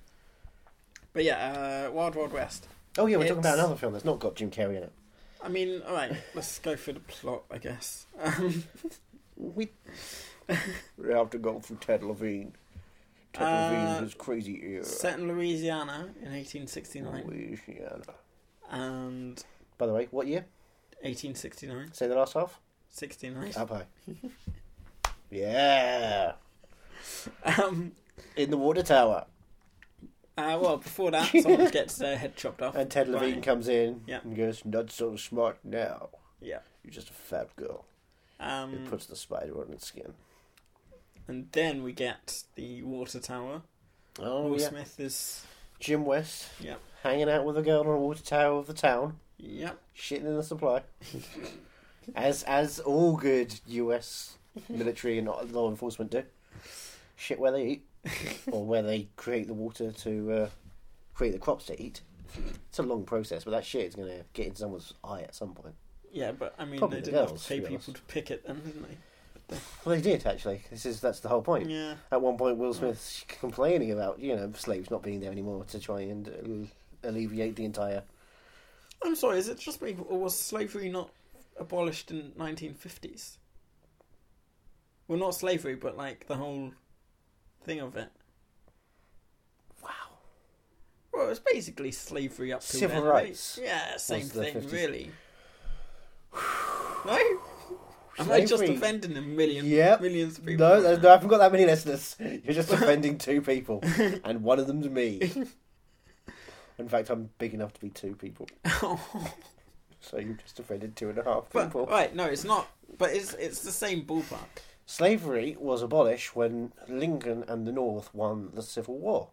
Speaker 2: But yeah, uh, Wild Wild West.
Speaker 1: Oh yeah, we're talking about
Speaker 2: It's-
Speaker 1: another film that's not got Jim Carrey in it.
Speaker 2: I mean, alright, let's go for the plot, I guess. Um,
Speaker 1: We, we have to go through Ted Levine. Ted
Speaker 2: Uh,
Speaker 1: Levine, his crazy ear.
Speaker 2: set in Louisiana in 1869.
Speaker 1: Louisiana.
Speaker 2: And
Speaker 1: By the way, what year?
Speaker 2: 1869.
Speaker 1: Say the last half.
Speaker 2: 69.
Speaker 1: Up high. yeah.
Speaker 2: Um,
Speaker 1: In the water tower.
Speaker 2: uh, well, before that, someone gets their head chopped off.
Speaker 1: And Ted
Speaker 2: by-
Speaker 1: Levine comes in
Speaker 2: Yeah.
Speaker 1: and goes, Not so smart now.
Speaker 2: Yeah.
Speaker 1: You're just a fat girl. It
Speaker 2: Um,
Speaker 1: puts the spider on its skin.
Speaker 2: and then we get the water tower.
Speaker 1: Oh,
Speaker 2: Will
Speaker 1: yeah.
Speaker 2: Smith is.
Speaker 1: Jim West
Speaker 2: Yep.
Speaker 1: hanging out with a girl on a water tower of the town,
Speaker 2: Yep.
Speaker 1: shitting in the supply. as as all good US military and law enforcement do. Shit where they eat. or where they create the water to uh, create the crops to eat. It's a long process, but that shit is going to get in someone's eye at some point.
Speaker 2: Yeah, but I mean,
Speaker 1: Probably
Speaker 2: they
Speaker 1: the
Speaker 2: didn't have
Speaker 1: girls,
Speaker 2: to
Speaker 1: to
Speaker 2: pay
Speaker 1: be
Speaker 2: people
Speaker 1: honest.
Speaker 2: to pick it then, didn't they?
Speaker 1: Well, they did actually. This is that's the whole point.
Speaker 2: Yeah.
Speaker 1: At one point, Will Smith's complaining about you know slaves not being there anymore to try and uh, alleviate the entire.
Speaker 2: I'm sorry, is it just me, or was slavery not abolished in 1950s? Well, not slavery, but like the whole thing of it.
Speaker 1: Wow.
Speaker 2: Well, it was basically slavery up to
Speaker 1: Civil
Speaker 2: then,
Speaker 1: rights
Speaker 2: Really. Yeah, same
Speaker 1: the
Speaker 2: thing,
Speaker 1: 50s.
Speaker 2: really. no, am I just
Speaker 1: Slavery.
Speaker 2: offending a million
Speaker 1: Yep.
Speaker 2: millions of people?
Speaker 1: No, there's- no, I haven't got that many listeners. You're just offending two people, and one of them's me. In fact, I'm big enough to be two people, so you've just offended two and a half
Speaker 2: but
Speaker 1: people.
Speaker 2: right, no, it's not. But it's it's the same ballpark.
Speaker 1: Slavery was abolished when Lincoln and the North won the Civil War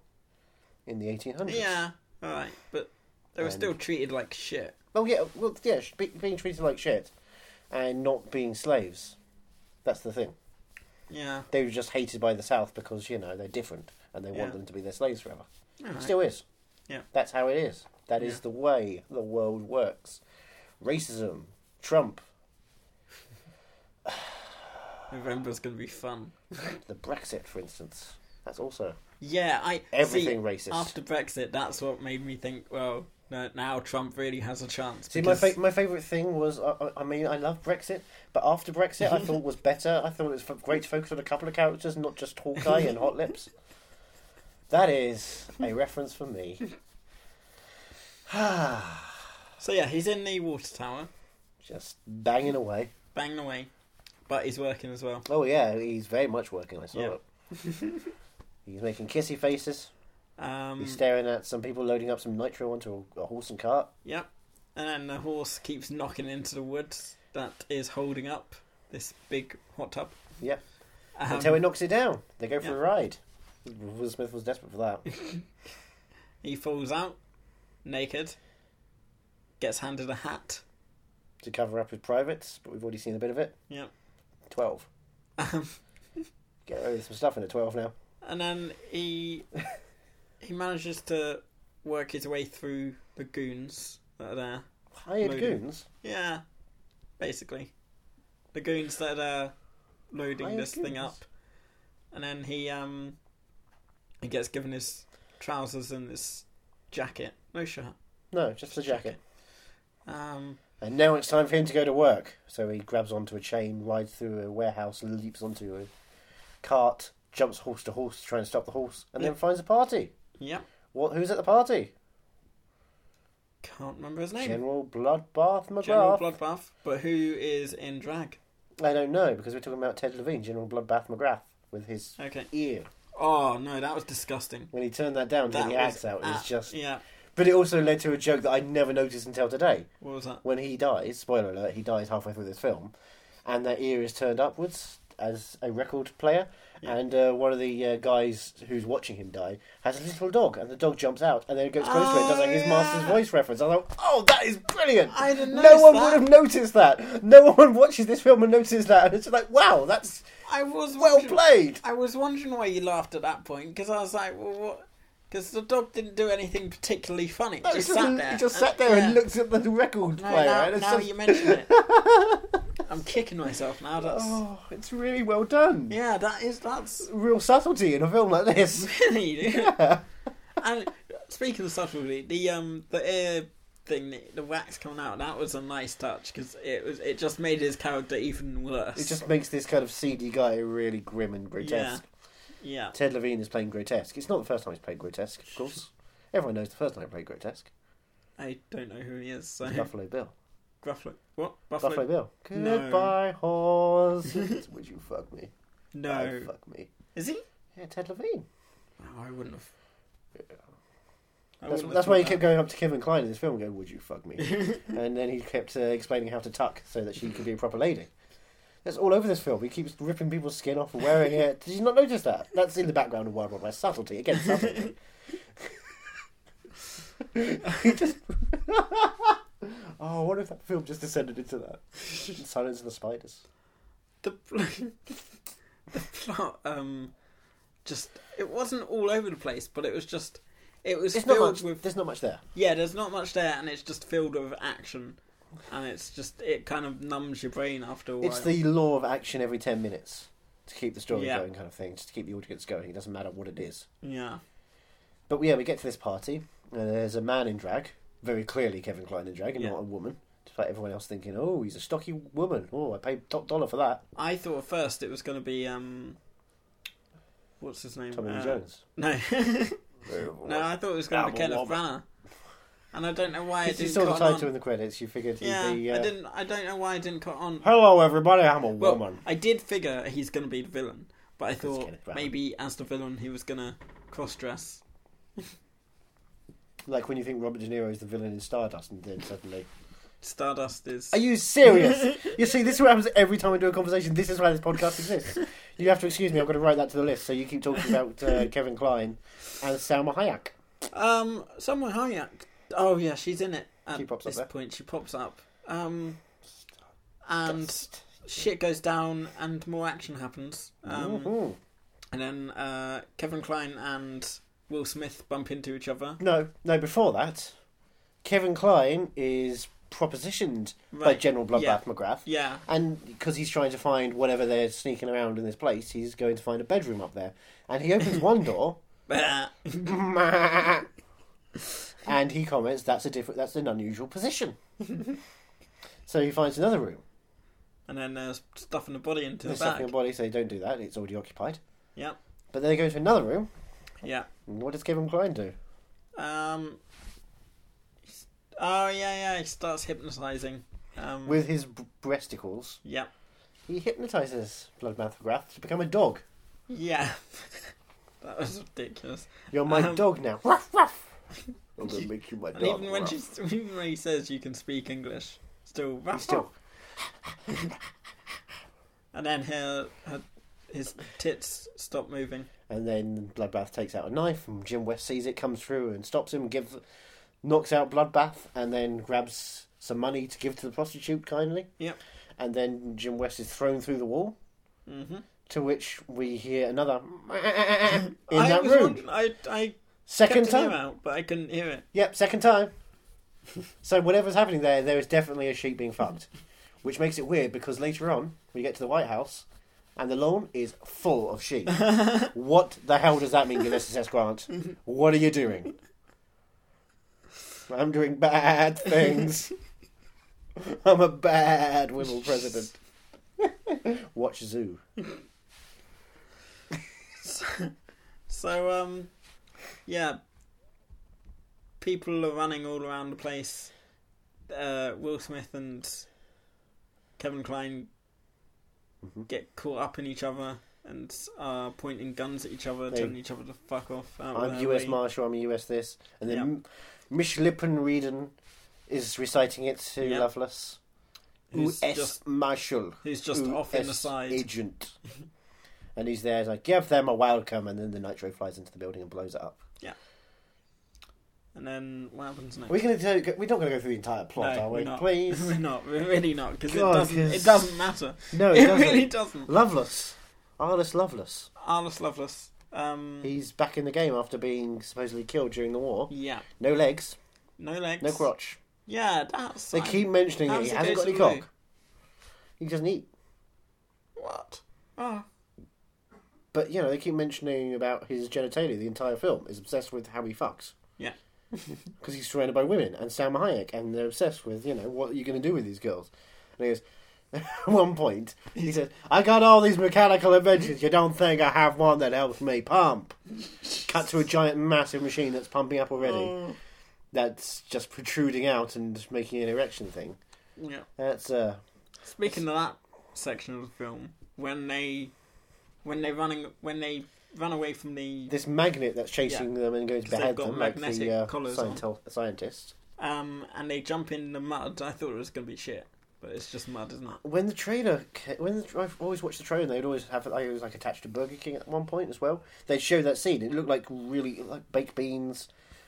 Speaker 1: in the 1800s.
Speaker 2: Yeah, all right, but they were
Speaker 1: And-
Speaker 2: still treated like shit.
Speaker 1: Well, yeah, well, yeah, sh- be, being treated like shit and not being slaves. That's the thing.
Speaker 2: Yeah,
Speaker 1: They were just hated by the South because, you know, they're different and they
Speaker 2: Yeah.
Speaker 1: want them to be their slaves forever.
Speaker 2: Alright.
Speaker 1: Still is.
Speaker 2: Yeah.
Speaker 1: That's how it is. That is
Speaker 2: Yeah.
Speaker 1: the way the world works. Racism, Trump,
Speaker 2: November's gonna be fun.
Speaker 1: the Brexit, for instance. That's also.
Speaker 2: Yeah, I see,
Speaker 1: Everything racist.
Speaker 2: After Brexit, that's what made me think. Well, No, now Trump really has a chance.
Speaker 1: See, my
Speaker 2: because-
Speaker 1: fa- my favorite thing was, I, I- I mean, I love Brexit, but after Brexit, I thought was better. I thought it was f- great to focus on a couple of characters, not just Hawkeye and Hot Lips. That is a reference for me.
Speaker 2: So yeah, he's in the water tower,
Speaker 1: Just banging away.
Speaker 2: banging away, but he's working as well.
Speaker 1: Oh yeah, he's very much working. I saw
Speaker 2: Yeah.
Speaker 1: it. he's making kissy faces.
Speaker 2: Um,
Speaker 1: He's staring at some people loading up some nitro onto a, a horse and cart.
Speaker 2: Yep. And then the horse keeps knocking into the wood that is holding up this big hot tub.
Speaker 1: Yep.
Speaker 2: Um,
Speaker 1: Until it knocks it down, they go for
Speaker 2: yeah.
Speaker 1: a ride. Will Smith was desperate for that.
Speaker 2: He falls out, naked, gets handed a hat.
Speaker 1: to cover up his privates, but we've already seen a bit of it.
Speaker 2: Yep.
Speaker 1: 12.
Speaker 2: Um,
Speaker 1: Get rid of some stuff in at 12 now.
Speaker 2: and then he he manages to work his way through the goons that are there.
Speaker 1: Hired
Speaker 2: Loading.
Speaker 1: goons?
Speaker 2: Yeah, basically, the goons that are loading
Speaker 1: Hired
Speaker 2: this thing
Speaker 1: goons.
Speaker 2: up, and then he um he gets given his trousers and his jacket, no shirt.
Speaker 1: No, just the jacket.
Speaker 2: Um,
Speaker 1: And now it's time for him to go to work. So he grabs onto a chain, rides through a warehouse, leaps onto a cart, jumps horse to horse, trying to stop the horse, and then finds a party.
Speaker 2: yeah,
Speaker 1: What? Who's at the party?
Speaker 2: can't remember his name.
Speaker 1: General Bloodbath McGrath.
Speaker 2: General Bloodbath, but who is in drag?
Speaker 1: I don't know because we're talking about Ted Levine, General Bloodbath McGrath, with his
Speaker 2: Okay.
Speaker 1: ear.
Speaker 2: Oh no, that was disgusting.
Speaker 1: When he turned that down,
Speaker 2: That
Speaker 1: taking the
Speaker 2: was
Speaker 1: axe out, it was
Speaker 2: a-
Speaker 1: just.
Speaker 2: yeah.
Speaker 1: But it also led to a joke that I never noticed until today.
Speaker 2: What was that?
Speaker 1: when he dies, spoiler alert, he dies halfway through this film, and their ear is turned upwards as a record player, and uh, one of the uh, guys who's watching him die has a little dog, and the dog jumps out, and then it goes close to it, and does like his
Speaker 2: Oh,
Speaker 1: master's
Speaker 2: yeah.
Speaker 1: voice reference. I was like, oh, that is brilliant!
Speaker 2: I didn't
Speaker 1: No
Speaker 2: notice
Speaker 1: one
Speaker 2: that.
Speaker 1: would have noticed that. No one watches this film and notices that, and it's just like, wow, that's
Speaker 2: I was
Speaker 1: well
Speaker 2: wondering-
Speaker 1: played.
Speaker 2: I was wondering why you laughed at that point because I was like, well, what? Because the dog didn't do anything particularly funny.
Speaker 1: No,
Speaker 2: just,
Speaker 1: it's
Speaker 2: sat there.
Speaker 1: He just
Speaker 2: Uh,
Speaker 1: sat there and
Speaker 2: yeah.
Speaker 1: looked at the record
Speaker 2: No,
Speaker 1: player.
Speaker 2: now,
Speaker 1: and it's
Speaker 2: now
Speaker 1: just,
Speaker 2: you mention it, I'm kicking myself now. That's
Speaker 1: oh, it's really well done.
Speaker 2: yeah, that is that's
Speaker 1: Real subtlety in a film like this.
Speaker 2: really. and speaking of subtlety, the um the ear thing, the- the wax coming out, that was a nice touch because it was it just made his character even worse.
Speaker 1: It just makes this kind of seedy guy really grim and grotesque.
Speaker 2: yeah.
Speaker 1: Ted Levine is playing grotesque. It's not the first time he's played grotesque, of course. Everyone knows the first time he played grotesque.
Speaker 2: I don't know who he is. So
Speaker 1: Buffalo Bill.
Speaker 2: Gruffalo. What Buffalo?
Speaker 1: Buffalo, Bill.
Speaker 2: No.
Speaker 1: Goodbye, horses. Would you fuck me?
Speaker 2: No,
Speaker 1: Oh, fuck me.
Speaker 2: is he?
Speaker 1: Yeah, Ted Levine.
Speaker 2: No, I wouldn't have. I
Speaker 1: That's,
Speaker 2: wouldn't have
Speaker 1: that's why he
Speaker 2: thought
Speaker 1: kept
Speaker 2: that.
Speaker 1: going up to Kevin Klein in this film and going, Would you fuck me? and then he kept uh, explaining how to tuck so that she could be a proper lady. That's all over this film. He keeps ripping people's skin off and wearing it. Did you not notice that? That's in the background of Wild Wild West. Subtlety. Again, subtlety. He just... oh, what if that film just descended into that? Silence of the Spiders.
Speaker 2: The pl- the plot um just it wasn't all over the place, but it was just it was
Speaker 1: It's not
Speaker 2: filled
Speaker 1: much,
Speaker 2: with
Speaker 1: there's not much there.
Speaker 2: yeah. There's not much there, and it's just filled with action, and it's just it kind of numbs your brain after a while.
Speaker 1: It's the law of action every 10 minutes to keep the story
Speaker 2: Yeah.
Speaker 1: going, kind of thing, just to keep the audience going. It doesn't matter what it is.
Speaker 2: yeah
Speaker 1: But yeah, we get to this party, and there's a man in drag, very clearly Kevin Klein in drag, and
Speaker 2: Yeah.
Speaker 1: not a woman. Despite everyone else thinking, oh, he's a stocky woman. Oh, I paid top dollar for that.
Speaker 2: I thought at first it was going to be um what's his name
Speaker 1: Tommy Lee
Speaker 2: Uh,
Speaker 1: Jones.
Speaker 2: no no I thought it was going to
Speaker 1: Double
Speaker 2: be Kenneth
Speaker 1: whopper.
Speaker 2: Branagh, and I don't know why I
Speaker 1: If you
Speaker 2: didn't
Speaker 1: saw the
Speaker 2: cotton on.
Speaker 1: title in the credits, you figured he'd
Speaker 2: yeah
Speaker 1: be. Uh,
Speaker 2: I didn't I don't know why I didn't cut on
Speaker 1: Hello, everybody. I'm a
Speaker 2: Well,
Speaker 1: woman.
Speaker 2: I did figure he's going to be the villain, but I thought
Speaker 1: Kenneth Branagh.
Speaker 2: maybe as the villain he was going to cross dress.
Speaker 1: Like when you think Robert De Niro is the villain in Stardust, and then suddenly,
Speaker 2: Stardust is.
Speaker 1: are you serious? you see, this is what happens every time we do a conversation. This is why this podcast exists. You have to excuse me. I've got to write that to the list. So you keep talking about uh, Kevin Klein and Salma Hayek.
Speaker 2: Um, Salma Hayek. Oh yeah, she's in it. At
Speaker 1: She pops up
Speaker 2: this
Speaker 1: there.
Speaker 2: point, she pops up. Um, and shit goes down, and more action happens. Um,
Speaker 1: Mhm.
Speaker 2: and then uh, Kevin Klein and Will Smith bump into each other.
Speaker 1: No, no. Before that, Kevin Klein is propositioned by
Speaker 2: Right,
Speaker 1: General Bloodbath
Speaker 2: yeah.
Speaker 1: McGrath,
Speaker 2: Yeah,
Speaker 1: and because he's trying to find whatever they're sneaking around in this place, he's going to find a bedroom up there, and he opens one door,
Speaker 2: yeah,
Speaker 1: and and he comments, "That's a different. That's an unusual position." so he finds another room.
Speaker 2: And then there's stuffing the body into
Speaker 1: They're
Speaker 2: the back.
Speaker 1: stuffing a body, so don't do that. It's already occupied.
Speaker 2: Yep.
Speaker 1: But then they go to another room.
Speaker 2: Yeah.
Speaker 1: And what does Kevin Klein do?
Speaker 2: Um. he's- Oh yeah, yeah. He starts hypnotizing. Um.
Speaker 1: With his b- breasticles,
Speaker 2: Yeah.
Speaker 1: he hypnotizes Bloodmouth McGrath to become a dog.
Speaker 2: Yeah. that was ridiculous.
Speaker 1: You're my
Speaker 2: Um,
Speaker 1: dog now. Ruff, ruff. I'm gonna make you my
Speaker 2: And even when she, even when he says you can speak English, still.
Speaker 1: still
Speaker 2: And then her, her, his tits stop moving.
Speaker 1: And then Bloodbath takes out a knife, and Jim West sees it, comes through and stops him, gives, knocks out Bloodbath, and then grabs some money to give to the prostitute kindly.
Speaker 2: Yep.
Speaker 1: And then Jim West is thrown through the wall,
Speaker 2: Mm-hmm.
Speaker 1: to which we hear another in
Speaker 2: I
Speaker 1: that
Speaker 2: was
Speaker 1: room.
Speaker 2: wondering- I I
Speaker 1: Second
Speaker 2: kept an ear
Speaker 1: time.
Speaker 2: out, but I couldn't hear it.
Speaker 1: Yep, second time. so whatever's happening there, there is definitely a sheep being fucked, which makes it weird because later on we get to the White House, and the lawn is full of sheep. what the hell does that mean, Ulysses S. Grant? What are you doing? I'm doing bad things. I'm a bad women president. Watch Zoo.
Speaker 2: So um, yeah. People are running all around the place. Uh, Will Smith and Kevin Klein
Speaker 1: Mm-hmm.
Speaker 2: get caught up in each other and are pointing guns at each other,
Speaker 1: They-
Speaker 2: telling each other to fuck off. out of
Speaker 1: I'm
Speaker 2: their
Speaker 1: US
Speaker 2: way.
Speaker 1: Marshal, I'm US this. And then Mish Lippen-Reeden is reciting it to
Speaker 2: Yep.
Speaker 1: Lovelace.
Speaker 2: Who's
Speaker 1: US
Speaker 2: just-
Speaker 1: Marshal.
Speaker 2: who's just off in the
Speaker 1: US
Speaker 2: side.
Speaker 1: Agent. and he's there, like, give them a welcome. And then the nitro flies into the building and blows it up.
Speaker 2: And then what happens next?
Speaker 1: We're, gonna do, we're not going to go through the entire plot,
Speaker 2: No,
Speaker 1: are
Speaker 2: we're
Speaker 1: we?
Speaker 2: not.
Speaker 1: Please.
Speaker 2: We're not. We're really not because it
Speaker 1: God,
Speaker 2: doesn't.
Speaker 1: 'cause-
Speaker 2: It doesn't matter.
Speaker 1: No, it
Speaker 2: it
Speaker 1: doesn't.
Speaker 2: really doesn't.
Speaker 1: Loveless. Arliss Loveless.
Speaker 2: Arliss Loveless. Um,
Speaker 1: He's back in the game after being supposedly killed during the war.
Speaker 2: yeah.
Speaker 1: No legs,
Speaker 2: No legs.
Speaker 1: no crotch.
Speaker 2: Yeah, that's.
Speaker 1: They
Speaker 2: like-
Speaker 1: keep mentioning
Speaker 2: how
Speaker 1: it. He
Speaker 2: does it
Speaker 1: hasn't
Speaker 2: go
Speaker 1: got any
Speaker 2: to the
Speaker 1: cock. He doesn't eat.
Speaker 2: What? Oh,
Speaker 1: But you know, they keep mentioning about his genitalia. The entire film is obsessed with how he fucks
Speaker 2: yeah.
Speaker 1: because he's surrounded by women and Sam Hayek, and they're obsessed with you know what are you going to do with these girls? And he goes. At one point, he says, "I got all these mechanical inventions. You don't think I have one that helps me pump?" Cut to a giant, massive machine that's pumping up already.
Speaker 2: Oh.
Speaker 1: That's just protruding out and making an erection thing.
Speaker 2: Yeah.
Speaker 1: That's uh,
Speaker 2: Speaking of that section of the film, when they, when they running, when they run away from the,
Speaker 1: this magnet that's chasing them and goes
Speaker 2: 'Cause they've
Speaker 1: behead
Speaker 2: got
Speaker 1: them, like the
Speaker 2: magnetic
Speaker 1: uh,
Speaker 2: collars on.
Speaker 1: scientol- scientist.
Speaker 2: um, and they jump in the mud. I thought it was gonna be shit, but it's just mud, isn't it?
Speaker 1: when the trailer, ca- when the, I've always watched the trailer, and they'd always have I was like attached to Burger King at one point as well. They'd show that scene. It looked like really like baked beans.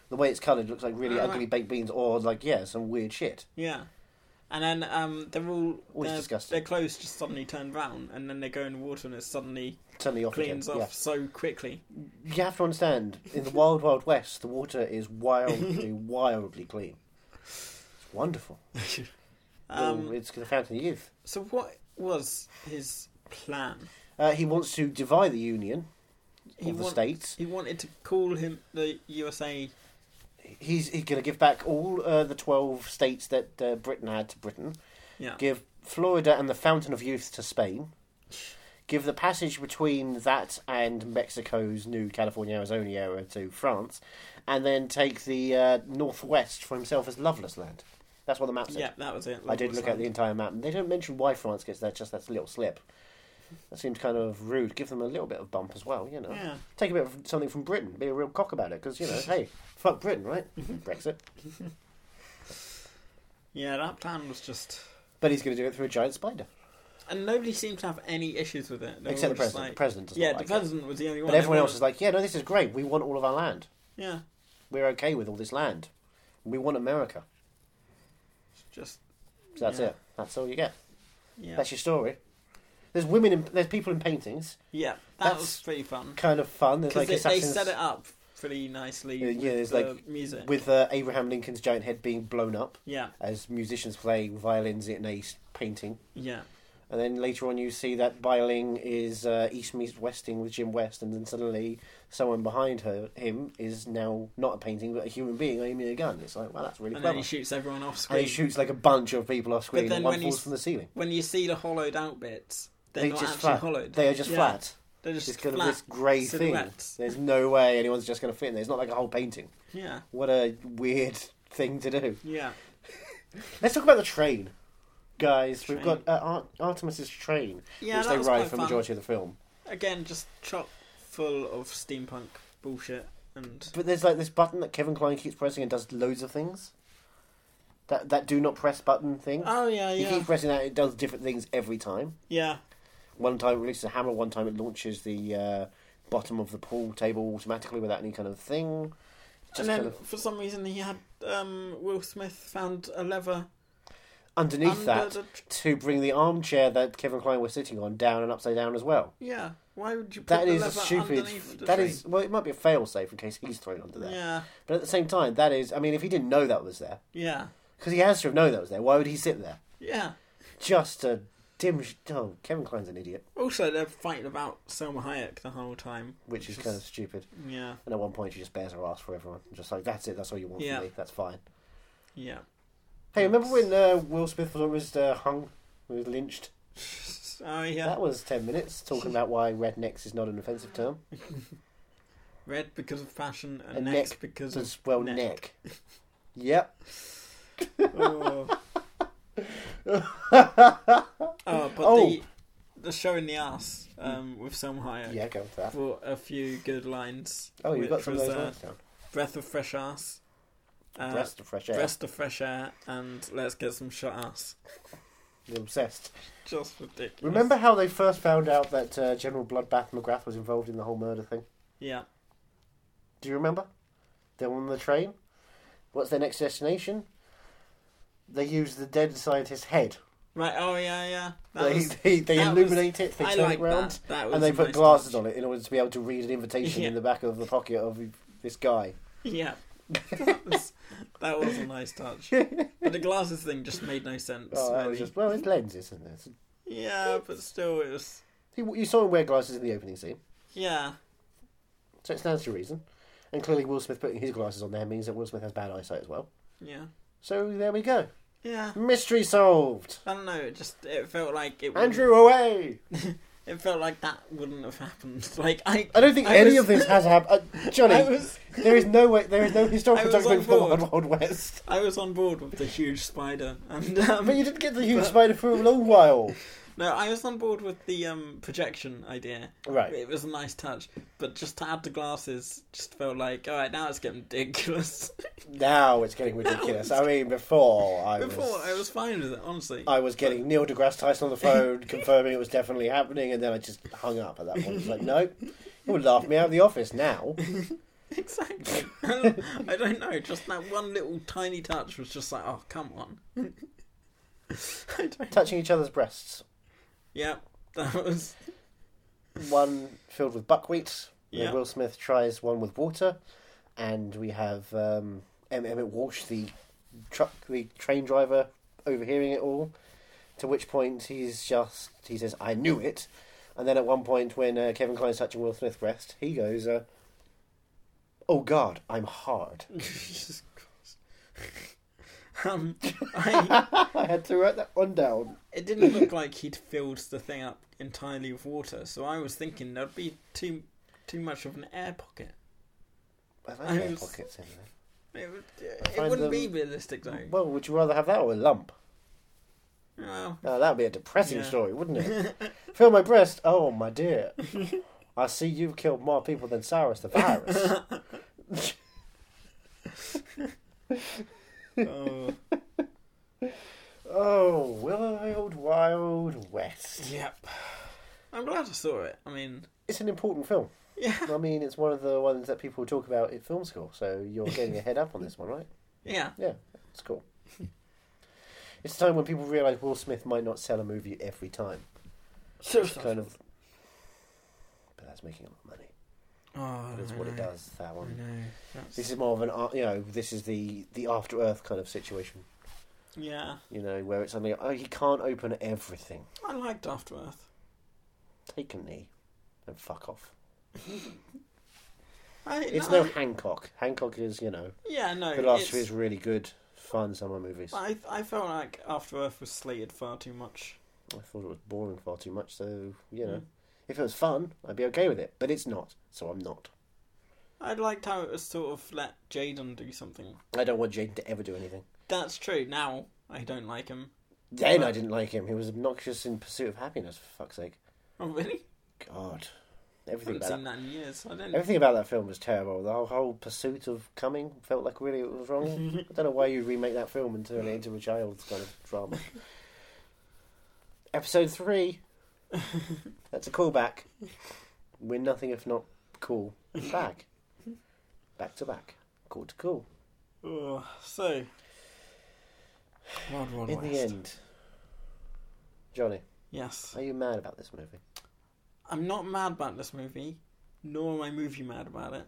Speaker 1: The way it's coloured looks like really
Speaker 2: Ah,
Speaker 1: ugly
Speaker 2: right.
Speaker 1: baked beans, or like yeah, some weird shit.
Speaker 2: Yeah. And then um, they're all
Speaker 1: Always
Speaker 2: their,
Speaker 1: disgusting.
Speaker 2: their clothes just suddenly turn brown, and then they go in the water, and it suddenly
Speaker 1: Suddenly off
Speaker 2: cleans
Speaker 1: again.
Speaker 2: off so quickly.
Speaker 1: Yeah. You have to understand, in the wild, wild west, the water is wildly, wildly clean. It's wonderful.
Speaker 2: Um,
Speaker 1: it's the fountain of youth.
Speaker 2: so what was his plan?
Speaker 1: Uh, he wants to divide the union.
Speaker 2: He
Speaker 1: Of the
Speaker 2: want-
Speaker 1: states.
Speaker 2: He wanted to call him the USA.
Speaker 1: He's, he's going to give back all uh, the twelve states that uh, Britain had to Britain.
Speaker 2: Yeah.
Speaker 1: give Florida and the Fountain of Youth to Spain, give the passage between that and Mexico's new California Arizona area to France, and then take the uh, northwest for himself as Loveless Land. That's what the map said.
Speaker 2: yeah, that was it.
Speaker 1: I did look at the entire map, and they don't mention why France gets there, just that little slip. That seems kind of rude. Give them a little bit of bump as well, you know.
Speaker 2: Yeah.
Speaker 1: Take a bit of something from Britain. Be a real cock about it, because, you know, hey, fuck Britain, right?
Speaker 2: Mm-hmm.
Speaker 1: Brexit.
Speaker 2: Yeah, that plan was just.
Speaker 1: But he's going to do it through a giant spider.
Speaker 2: And nobody seemed to have any issues with it. They were
Speaker 1: Except
Speaker 2: all
Speaker 1: the
Speaker 2: just
Speaker 1: president. The president doesn't
Speaker 2: Yeah,
Speaker 1: like it.
Speaker 2: the president was the only one.
Speaker 1: But everyone else is like, yeah, no, this is great. We want all of our land.
Speaker 2: Yeah,
Speaker 1: We're okay with all this land. We want America.
Speaker 2: just.
Speaker 1: So that's
Speaker 2: Yeah.
Speaker 1: it. That's all you get.
Speaker 2: Yeah.
Speaker 1: That's your story. There's women. In, there's people in paintings.
Speaker 2: yeah, that
Speaker 1: that's-
Speaker 2: was pretty fun.
Speaker 1: Kind of fun. There's
Speaker 2: Because
Speaker 1: like
Speaker 2: they,
Speaker 1: assassins
Speaker 2: set it up pretty nicely.
Speaker 1: Yeah,
Speaker 2: with
Speaker 1: yeah, there's
Speaker 2: the
Speaker 1: like-
Speaker 2: music.
Speaker 1: with uh, Abraham Lincoln's giant head being blown up
Speaker 2: yeah,
Speaker 1: as musicians play violins in a s- painting.
Speaker 2: yeah.
Speaker 1: And then later on, you see that Biling is uh, east meets westing with Jim West, and then suddenly someone behind her him is now not a painting but a human being aiming a gun. It's like, wow, that's really
Speaker 2: and then
Speaker 1: clever.
Speaker 2: he shoots everyone off
Speaker 1: and
Speaker 2: screen.
Speaker 1: he shoots like a bunch of people off screen,
Speaker 2: then
Speaker 1: and one
Speaker 2: when
Speaker 1: falls
Speaker 2: he's-
Speaker 1: from the ceiling.
Speaker 2: when you see the hollowed out bits, they're
Speaker 1: They
Speaker 2: not
Speaker 1: just
Speaker 2: actually
Speaker 1: flat.
Speaker 2: hollowed.
Speaker 1: They are just
Speaker 2: Yeah.
Speaker 1: flat.
Speaker 2: They're just
Speaker 1: It's kind
Speaker 2: flat
Speaker 1: of this grey thing.
Speaker 2: silhouettes.
Speaker 1: There's no way anyone's just going to fit in there. It's not like a whole painting.
Speaker 2: Yeah,
Speaker 1: What a weird thing to do.
Speaker 2: yeah.
Speaker 1: Let's talk about the train, guys. We've
Speaker 2: Train.
Speaker 1: got uh, Ar- Artemis's train,
Speaker 2: Yeah,
Speaker 1: which
Speaker 2: that
Speaker 1: they
Speaker 2: was
Speaker 1: ride
Speaker 2: quite
Speaker 1: for the
Speaker 2: fun.
Speaker 1: majority of the film.
Speaker 2: Again, just chock full of steampunk bullshit and
Speaker 1: But there's like this button that Kevin Klein keeps pressing and does loads of things. That that do not press button thing.
Speaker 2: oh yeah,
Speaker 1: You
Speaker 2: yeah,
Speaker 1: keep pressing that; it does different things every time.
Speaker 2: yeah.
Speaker 1: One time it releases a hammer. One time it launches the uh, bottom of the pool table automatically without any kind of thing. It's Just
Speaker 2: And then
Speaker 1: kind of
Speaker 2: for some reason he had um, Will Smith found a lever
Speaker 1: underneath
Speaker 2: under
Speaker 1: that
Speaker 2: the
Speaker 1: to bring the armchair that Kevin Klein was sitting on down and upside down as well.
Speaker 2: yeah. Why would you put
Speaker 1: That
Speaker 2: the
Speaker 1: is a
Speaker 2: lever
Speaker 1: stupid.
Speaker 2: underneath the
Speaker 1: That
Speaker 2: tree?
Speaker 1: is well, it might be a failsafe in case he's thrown under there.
Speaker 2: yeah,
Speaker 1: But at the same time, that is. I mean, if he didn't know that was there,
Speaker 2: yeah,
Speaker 1: because he has to have known that was there, why would he sit there?
Speaker 2: yeah.
Speaker 1: just a dim. sh- Oh, Kevin Klein's an idiot,
Speaker 2: Also, they're fighting about Selma Hayek the whole time,
Speaker 1: which is kind of stupid.
Speaker 2: yeah,
Speaker 1: And at one point, she just bears her ass for everyone. Just like that's it. That's all you want
Speaker 2: Yeah.
Speaker 1: from me. That's fine.
Speaker 2: yeah.
Speaker 1: Hey, remember when uh, Will Smith was almost uh, hung, was lynched?
Speaker 2: Oh yeah,
Speaker 1: That was ten minutes talking about why rednecks is not an offensive term.
Speaker 2: red because of fashion and,
Speaker 1: And
Speaker 2: necks
Speaker 1: neck
Speaker 2: because of
Speaker 1: As well,
Speaker 2: neck.
Speaker 1: neck. yep.
Speaker 2: oh, Oh, but
Speaker 1: Oh.
Speaker 2: the the show in the ass um, with Selma Hayek
Speaker 1: Yeah, go with that.
Speaker 2: brought a few good lines.
Speaker 1: Oh, you've got
Speaker 2: which
Speaker 1: some of
Speaker 2: was,
Speaker 1: those
Speaker 2: uh,
Speaker 1: lines down.
Speaker 2: Breath of fresh ass, uh,
Speaker 1: Breast of fresh air.
Speaker 2: breast of fresh air, and let's get some shot ass.
Speaker 1: You're obsessed.
Speaker 2: Just ridiculous.
Speaker 1: Remember how they first found out that uh, General Bloodbath McGrath was involved in the whole murder thing?
Speaker 2: Yeah.
Speaker 1: Do you remember? They're on the train. What's their next destination? They use the dead scientist's head.
Speaker 2: Right. Oh yeah, yeah. That
Speaker 1: They,
Speaker 2: was-
Speaker 1: they, they
Speaker 2: that
Speaker 1: illuminate it, they
Speaker 2: I
Speaker 1: turn
Speaker 2: like
Speaker 1: it round,
Speaker 2: that. That was
Speaker 1: and they
Speaker 2: Oh, a
Speaker 1: put
Speaker 2: nice
Speaker 1: glasses
Speaker 2: touch.
Speaker 1: on it in order to be able to read an invitation
Speaker 2: Yeah.
Speaker 1: in the back of the pocket of this guy.
Speaker 2: Yeah. that, was, that was a nice touch. but the glasses thing just made no sense.
Speaker 1: Oh, that
Speaker 2: really.
Speaker 1: was just, well, it's lenses, isn't it?
Speaker 2: Yeah, but still, it was.
Speaker 1: He, you saw him wear glasses in the opening scene,
Speaker 2: Yeah.
Speaker 1: so it stands to reason. And clearly, Will Smith putting his glasses on there means that Will Smith has bad eyesight as well.
Speaker 2: Yeah.
Speaker 1: So there we go.
Speaker 2: Yeah.
Speaker 1: Mystery solved.
Speaker 2: I don't know. It just it felt like it. wouldn't-
Speaker 1: Andrew away.
Speaker 2: It felt like that wouldn't have happened. Like I,
Speaker 1: I don't think
Speaker 2: I
Speaker 1: any
Speaker 2: was-
Speaker 1: of this has happened. Uh, Johnny,
Speaker 2: I was,
Speaker 1: There is no way. There is no historical
Speaker 2: I was on
Speaker 1: document for the
Speaker 2: board.
Speaker 1: Wild Wild West.
Speaker 2: I was on board with the huge spider, and um,
Speaker 1: But you didn't get the huge spider for a long while.
Speaker 2: no, I was on board with the um, projection idea.
Speaker 1: Right.
Speaker 2: it was a nice touch, but just to add the glasses, just felt like all right, now it's getting ridiculous.
Speaker 1: Now it's getting ridiculous. I mean, before I
Speaker 2: Before
Speaker 1: was,
Speaker 2: I was fine with it, honestly.
Speaker 1: I was getting Neil deGrasse Tyson on the phone confirming it was definitely happening, and then I just hung up at that point. It's like, no, you would laugh me out of the office now.
Speaker 2: Exactly. I don't know. Just that one little tiny touch was just like, oh come on. I don't.
Speaker 1: Touching each other's breasts.
Speaker 2: Yeah, that was
Speaker 1: One filled with buckwheat. and
Speaker 2: Yeah.
Speaker 1: Will Smith tries one with water, and we have um, M. Emmett Walsh, the truck, the train driver, overhearing it all. To which point he's just he says, "I knew it," and then at one point when uh, Kevin Klein's touching Will Smith's breast, he goes, uh, "Oh God, I'm hard."
Speaker 2: Jesus Christ. um, I,
Speaker 1: I had to write that one down.
Speaker 2: it didn't look like he'd filled the thing up entirely with water, so I was thinking there'd be too too much of an air pocket.
Speaker 1: I like
Speaker 2: I
Speaker 1: air
Speaker 2: was-
Speaker 1: pockets in there.
Speaker 2: It, would, it
Speaker 1: find
Speaker 2: wouldn't
Speaker 1: them-
Speaker 2: be realistic though.
Speaker 1: Well, would you rather have that or a lump?
Speaker 2: Well,
Speaker 1: Now that'd be a depressing
Speaker 2: Yeah.
Speaker 1: story, wouldn't it? Feel my breast. Oh my dear. I see you've killed more people than Cyrus the virus.
Speaker 2: oh,
Speaker 1: oh, Wild Wild West.
Speaker 2: yep. I'm glad I saw it. I mean,
Speaker 1: It's an important film.
Speaker 2: yeah,
Speaker 1: I mean, it's one of the ones that people talk about at film school. So you're getting a head up on this one, right?
Speaker 2: yeah,
Speaker 1: Yeah, it's cool. It's a time when people realise Will Smith might not sell a movie every time. It's kind of, but that's making a lot of money.
Speaker 2: Oh,
Speaker 1: That's
Speaker 2: I
Speaker 1: what it
Speaker 2: know,
Speaker 1: does. That
Speaker 2: I
Speaker 1: one.
Speaker 2: know. That's-
Speaker 1: uh, This is more of an, ar- you know, this is the the after Earth kind of situation.
Speaker 2: Yeah,
Speaker 1: You know, where it's only, oh, you can't open everything.
Speaker 2: I liked After Earth.
Speaker 1: Take a knee and fuck off.
Speaker 2: I,
Speaker 1: It's
Speaker 2: no,
Speaker 1: no Hancock. Hancock is, you know,
Speaker 2: yeah, no.
Speaker 1: the last
Speaker 2: Oh, it's-
Speaker 1: few is really good, fun summer movies.
Speaker 2: I I felt like After Earth was slated far too much.
Speaker 1: I thought it was boring far too much, so, you know. If it was fun, I'd be okay with it, but it's not, so I'm not.
Speaker 2: I liked how it was sort of let Jaden do something.
Speaker 1: I don't want Jaden to ever do anything.
Speaker 2: That's true. Now I don't like him.
Speaker 1: Then I didn't like him. He was obnoxious in Pursuit of Happiness, for fuck's sake.
Speaker 2: Oh really?
Speaker 1: God.
Speaker 2: I
Speaker 1: Everything
Speaker 2: haven't
Speaker 1: about that.
Speaker 2: seen that in years. I don't.
Speaker 1: Everything about that film was terrible. The whole, whole pursuit of coming felt like really it was wrong. I don't know why you remake that film and turn it into a child's kind of drama. Episode three. That's a callback. We're nothing if not cool. Back. Back to back. Cool to cool.
Speaker 2: Ugh, so. Wild Wild
Speaker 1: In
Speaker 2: West.
Speaker 1: the end. Johnny,
Speaker 2: Yes.
Speaker 1: are you mad about this movie?
Speaker 2: I'm not mad about this movie, nor am I movie mad about it.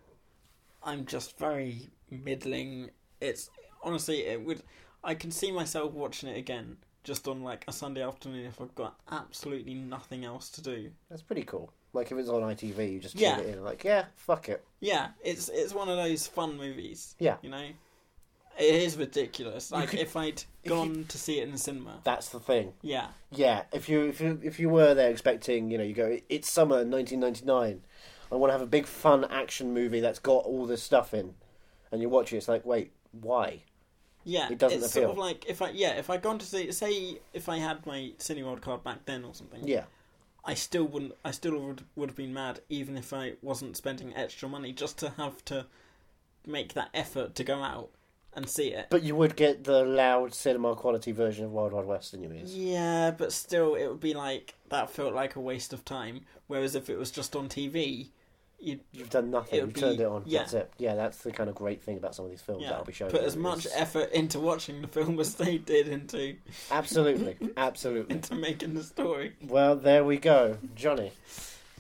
Speaker 2: I'm just very middling. It's honestly, it would. I can see myself watching it again, just on like a Sunday afternoon if I've got absolutely nothing else to do.
Speaker 1: That's pretty cool. Like if it's on ITV, you just
Speaker 2: Yeah.
Speaker 1: tune it in. Like, yeah, fuck it.
Speaker 2: Yeah, it's it's one of those fun movies.
Speaker 1: Yeah.
Speaker 2: you know, it is ridiculous. Like if I'd gone to see it in the cinema.
Speaker 1: That's the thing.
Speaker 2: yeah,
Speaker 1: Yeah, if you if you if you were there expecting, you know, you go, it's summer 1999. I want to have a big fun action movie that's got all this stuff in, and you watch it. It's like, wait, why?
Speaker 2: yeah.
Speaker 1: It doesn't
Speaker 2: it's
Speaker 1: appeal.
Speaker 2: sort of like if I yeah if I'd gone to see say if I had my Cineworld card back then or something.
Speaker 1: Yeah,
Speaker 2: I still wouldn't. I still would would have been mad, even if I wasn't spending extra money just to have to make that effort to go out and see it.
Speaker 1: but you would get the loud cinema quality version of Wild Wild West in your ears.
Speaker 2: yeah, but still, it would be like that felt like a waste of time. Whereas if it was just on TV, you'd
Speaker 1: You've done nothing.
Speaker 2: It
Speaker 1: You
Speaker 2: would
Speaker 1: turned
Speaker 2: be-
Speaker 1: it on.
Speaker 2: yeah.
Speaker 1: That's it. Yeah, that's the kind of great thing about some of these films
Speaker 2: yeah,
Speaker 1: that'll be shown.
Speaker 2: put
Speaker 1: there
Speaker 2: as much
Speaker 1: is-
Speaker 2: effort into watching the film as they did into
Speaker 1: Absolutely, absolutely.
Speaker 2: into making the story.
Speaker 1: Well, there we go, Johnny.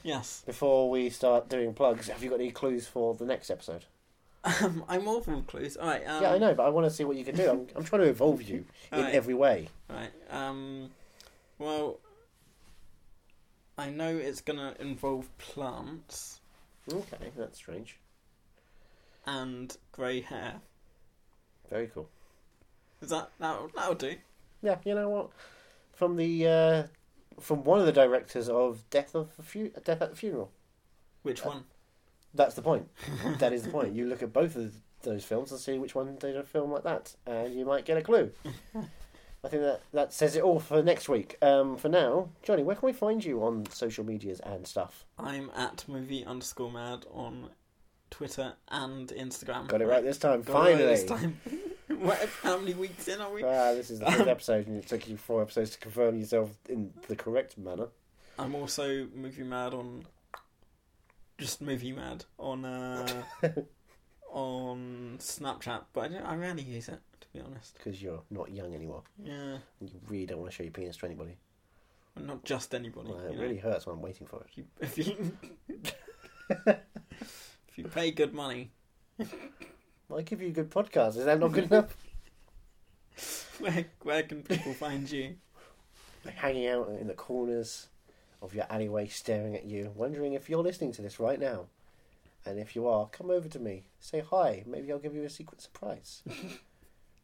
Speaker 2: Yes,
Speaker 1: Before we start doing plugs, have you got any clues for the next episode?
Speaker 2: um, I'm awful with clues. All right, um,
Speaker 1: yeah, I know, but I want to see what you can do. I'm, I'm trying to involve you in
Speaker 2: Alright.
Speaker 1: every way.
Speaker 2: Right. Um. Well, I know it's gonna involve plants
Speaker 1: Okay, that's strange.
Speaker 2: and grey hair.
Speaker 1: Very cool.
Speaker 2: Is that that'll, that'll do?
Speaker 1: Yeah, you know what? From the uh, from one of the directors of Death of the Fu- Death at the Funeral. Uh,
Speaker 2: Which one?
Speaker 1: That's the point. that is the point. You look at both of those films and see which one did a film like that, and you might get a clue. I think that that says it all for next week. Um, for now, Johnny, where can we find you on social medias and stuff?
Speaker 2: I'm at movie underscore mad on Twitter and Instagram.
Speaker 1: Got it right this time.
Speaker 2: Got it
Speaker 1: Finally.
Speaker 2: right this time. what, how many weeks in are we?
Speaker 1: Ah, this is the
Speaker 2: Um,
Speaker 1: fifth episode, and it took you four episodes to confirm yourself in the correct manner.
Speaker 2: I'm also movie mad on. Just movie mad on uh, on Snapchat, but I, don't, I rarely use it to be honest.
Speaker 1: because you're not young anymore.
Speaker 2: Yeah,
Speaker 1: And you really don't want to show your penis to anybody.
Speaker 2: not just anybody.
Speaker 1: Well,
Speaker 2: you
Speaker 1: it
Speaker 2: know?
Speaker 1: really hurts when I'm waiting for it.
Speaker 2: If you if you, if you pay good money,
Speaker 1: I give you a good podcast. Is that not good enough?
Speaker 2: where where can people find you?
Speaker 1: Hanging out in the corners of your alleyway, staring at you, wondering if you're listening to this right now. And if you are, come over to me. Say hi. Maybe I'll give you a secret surprise.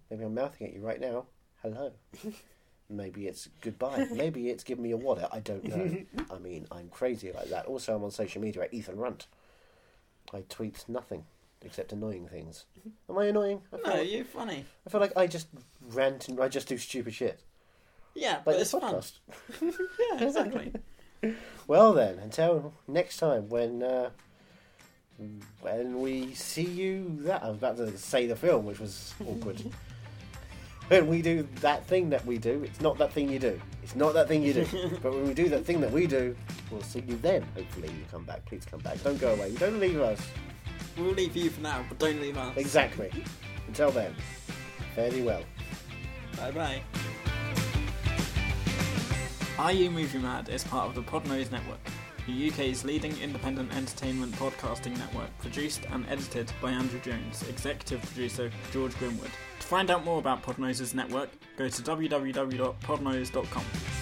Speaker 1: Maybe I'm mouthing at you right now. Hello. Maybe it's goodbye. Maybe it's give me a wallet. I don't know. I mean, I'm crazy like that. Also, I'm on social media at Ethan Runt. I tweet nothing except annoying things. Am I annoying? I feel
Speaker 2: Mm-hmm. No,
Speaker 1: like-
Speaker 2: you're funny.
Speaker 1: I feel like I just rant and I just do stupid shit.
Speaker 2: Yeah,
Speaker 1: Like
Speaker 2: but
Speaker 1: this
Speaker 2: it's fun.
Speaker 1: podcast.
Speaker 2: Yeah, exactly.
Speaker 1: Well then, until next time when uh, when we see you that I was about to say the film, which was awkward. when we do that thing that we do, it's not that thing you do. It's not that thing you do. but when we do that thing that we do, we'll see you then. Hopefully you come back. Please come back. Don't go away. Don't leave us.
Speaker 2: we'll leave you for now, but don't leave us.
Speaker 1: Exactly. Until then, fare thee well.
Speaker 2: Bye bye. Are You Movie Mad is part of the Podnose Network, the UK's leading independent entertainment podcasting network, produced and edited by Andrew Jones, executive producer George Grimwood. To Find out more about Podnose's network. Go to www.podnose.com.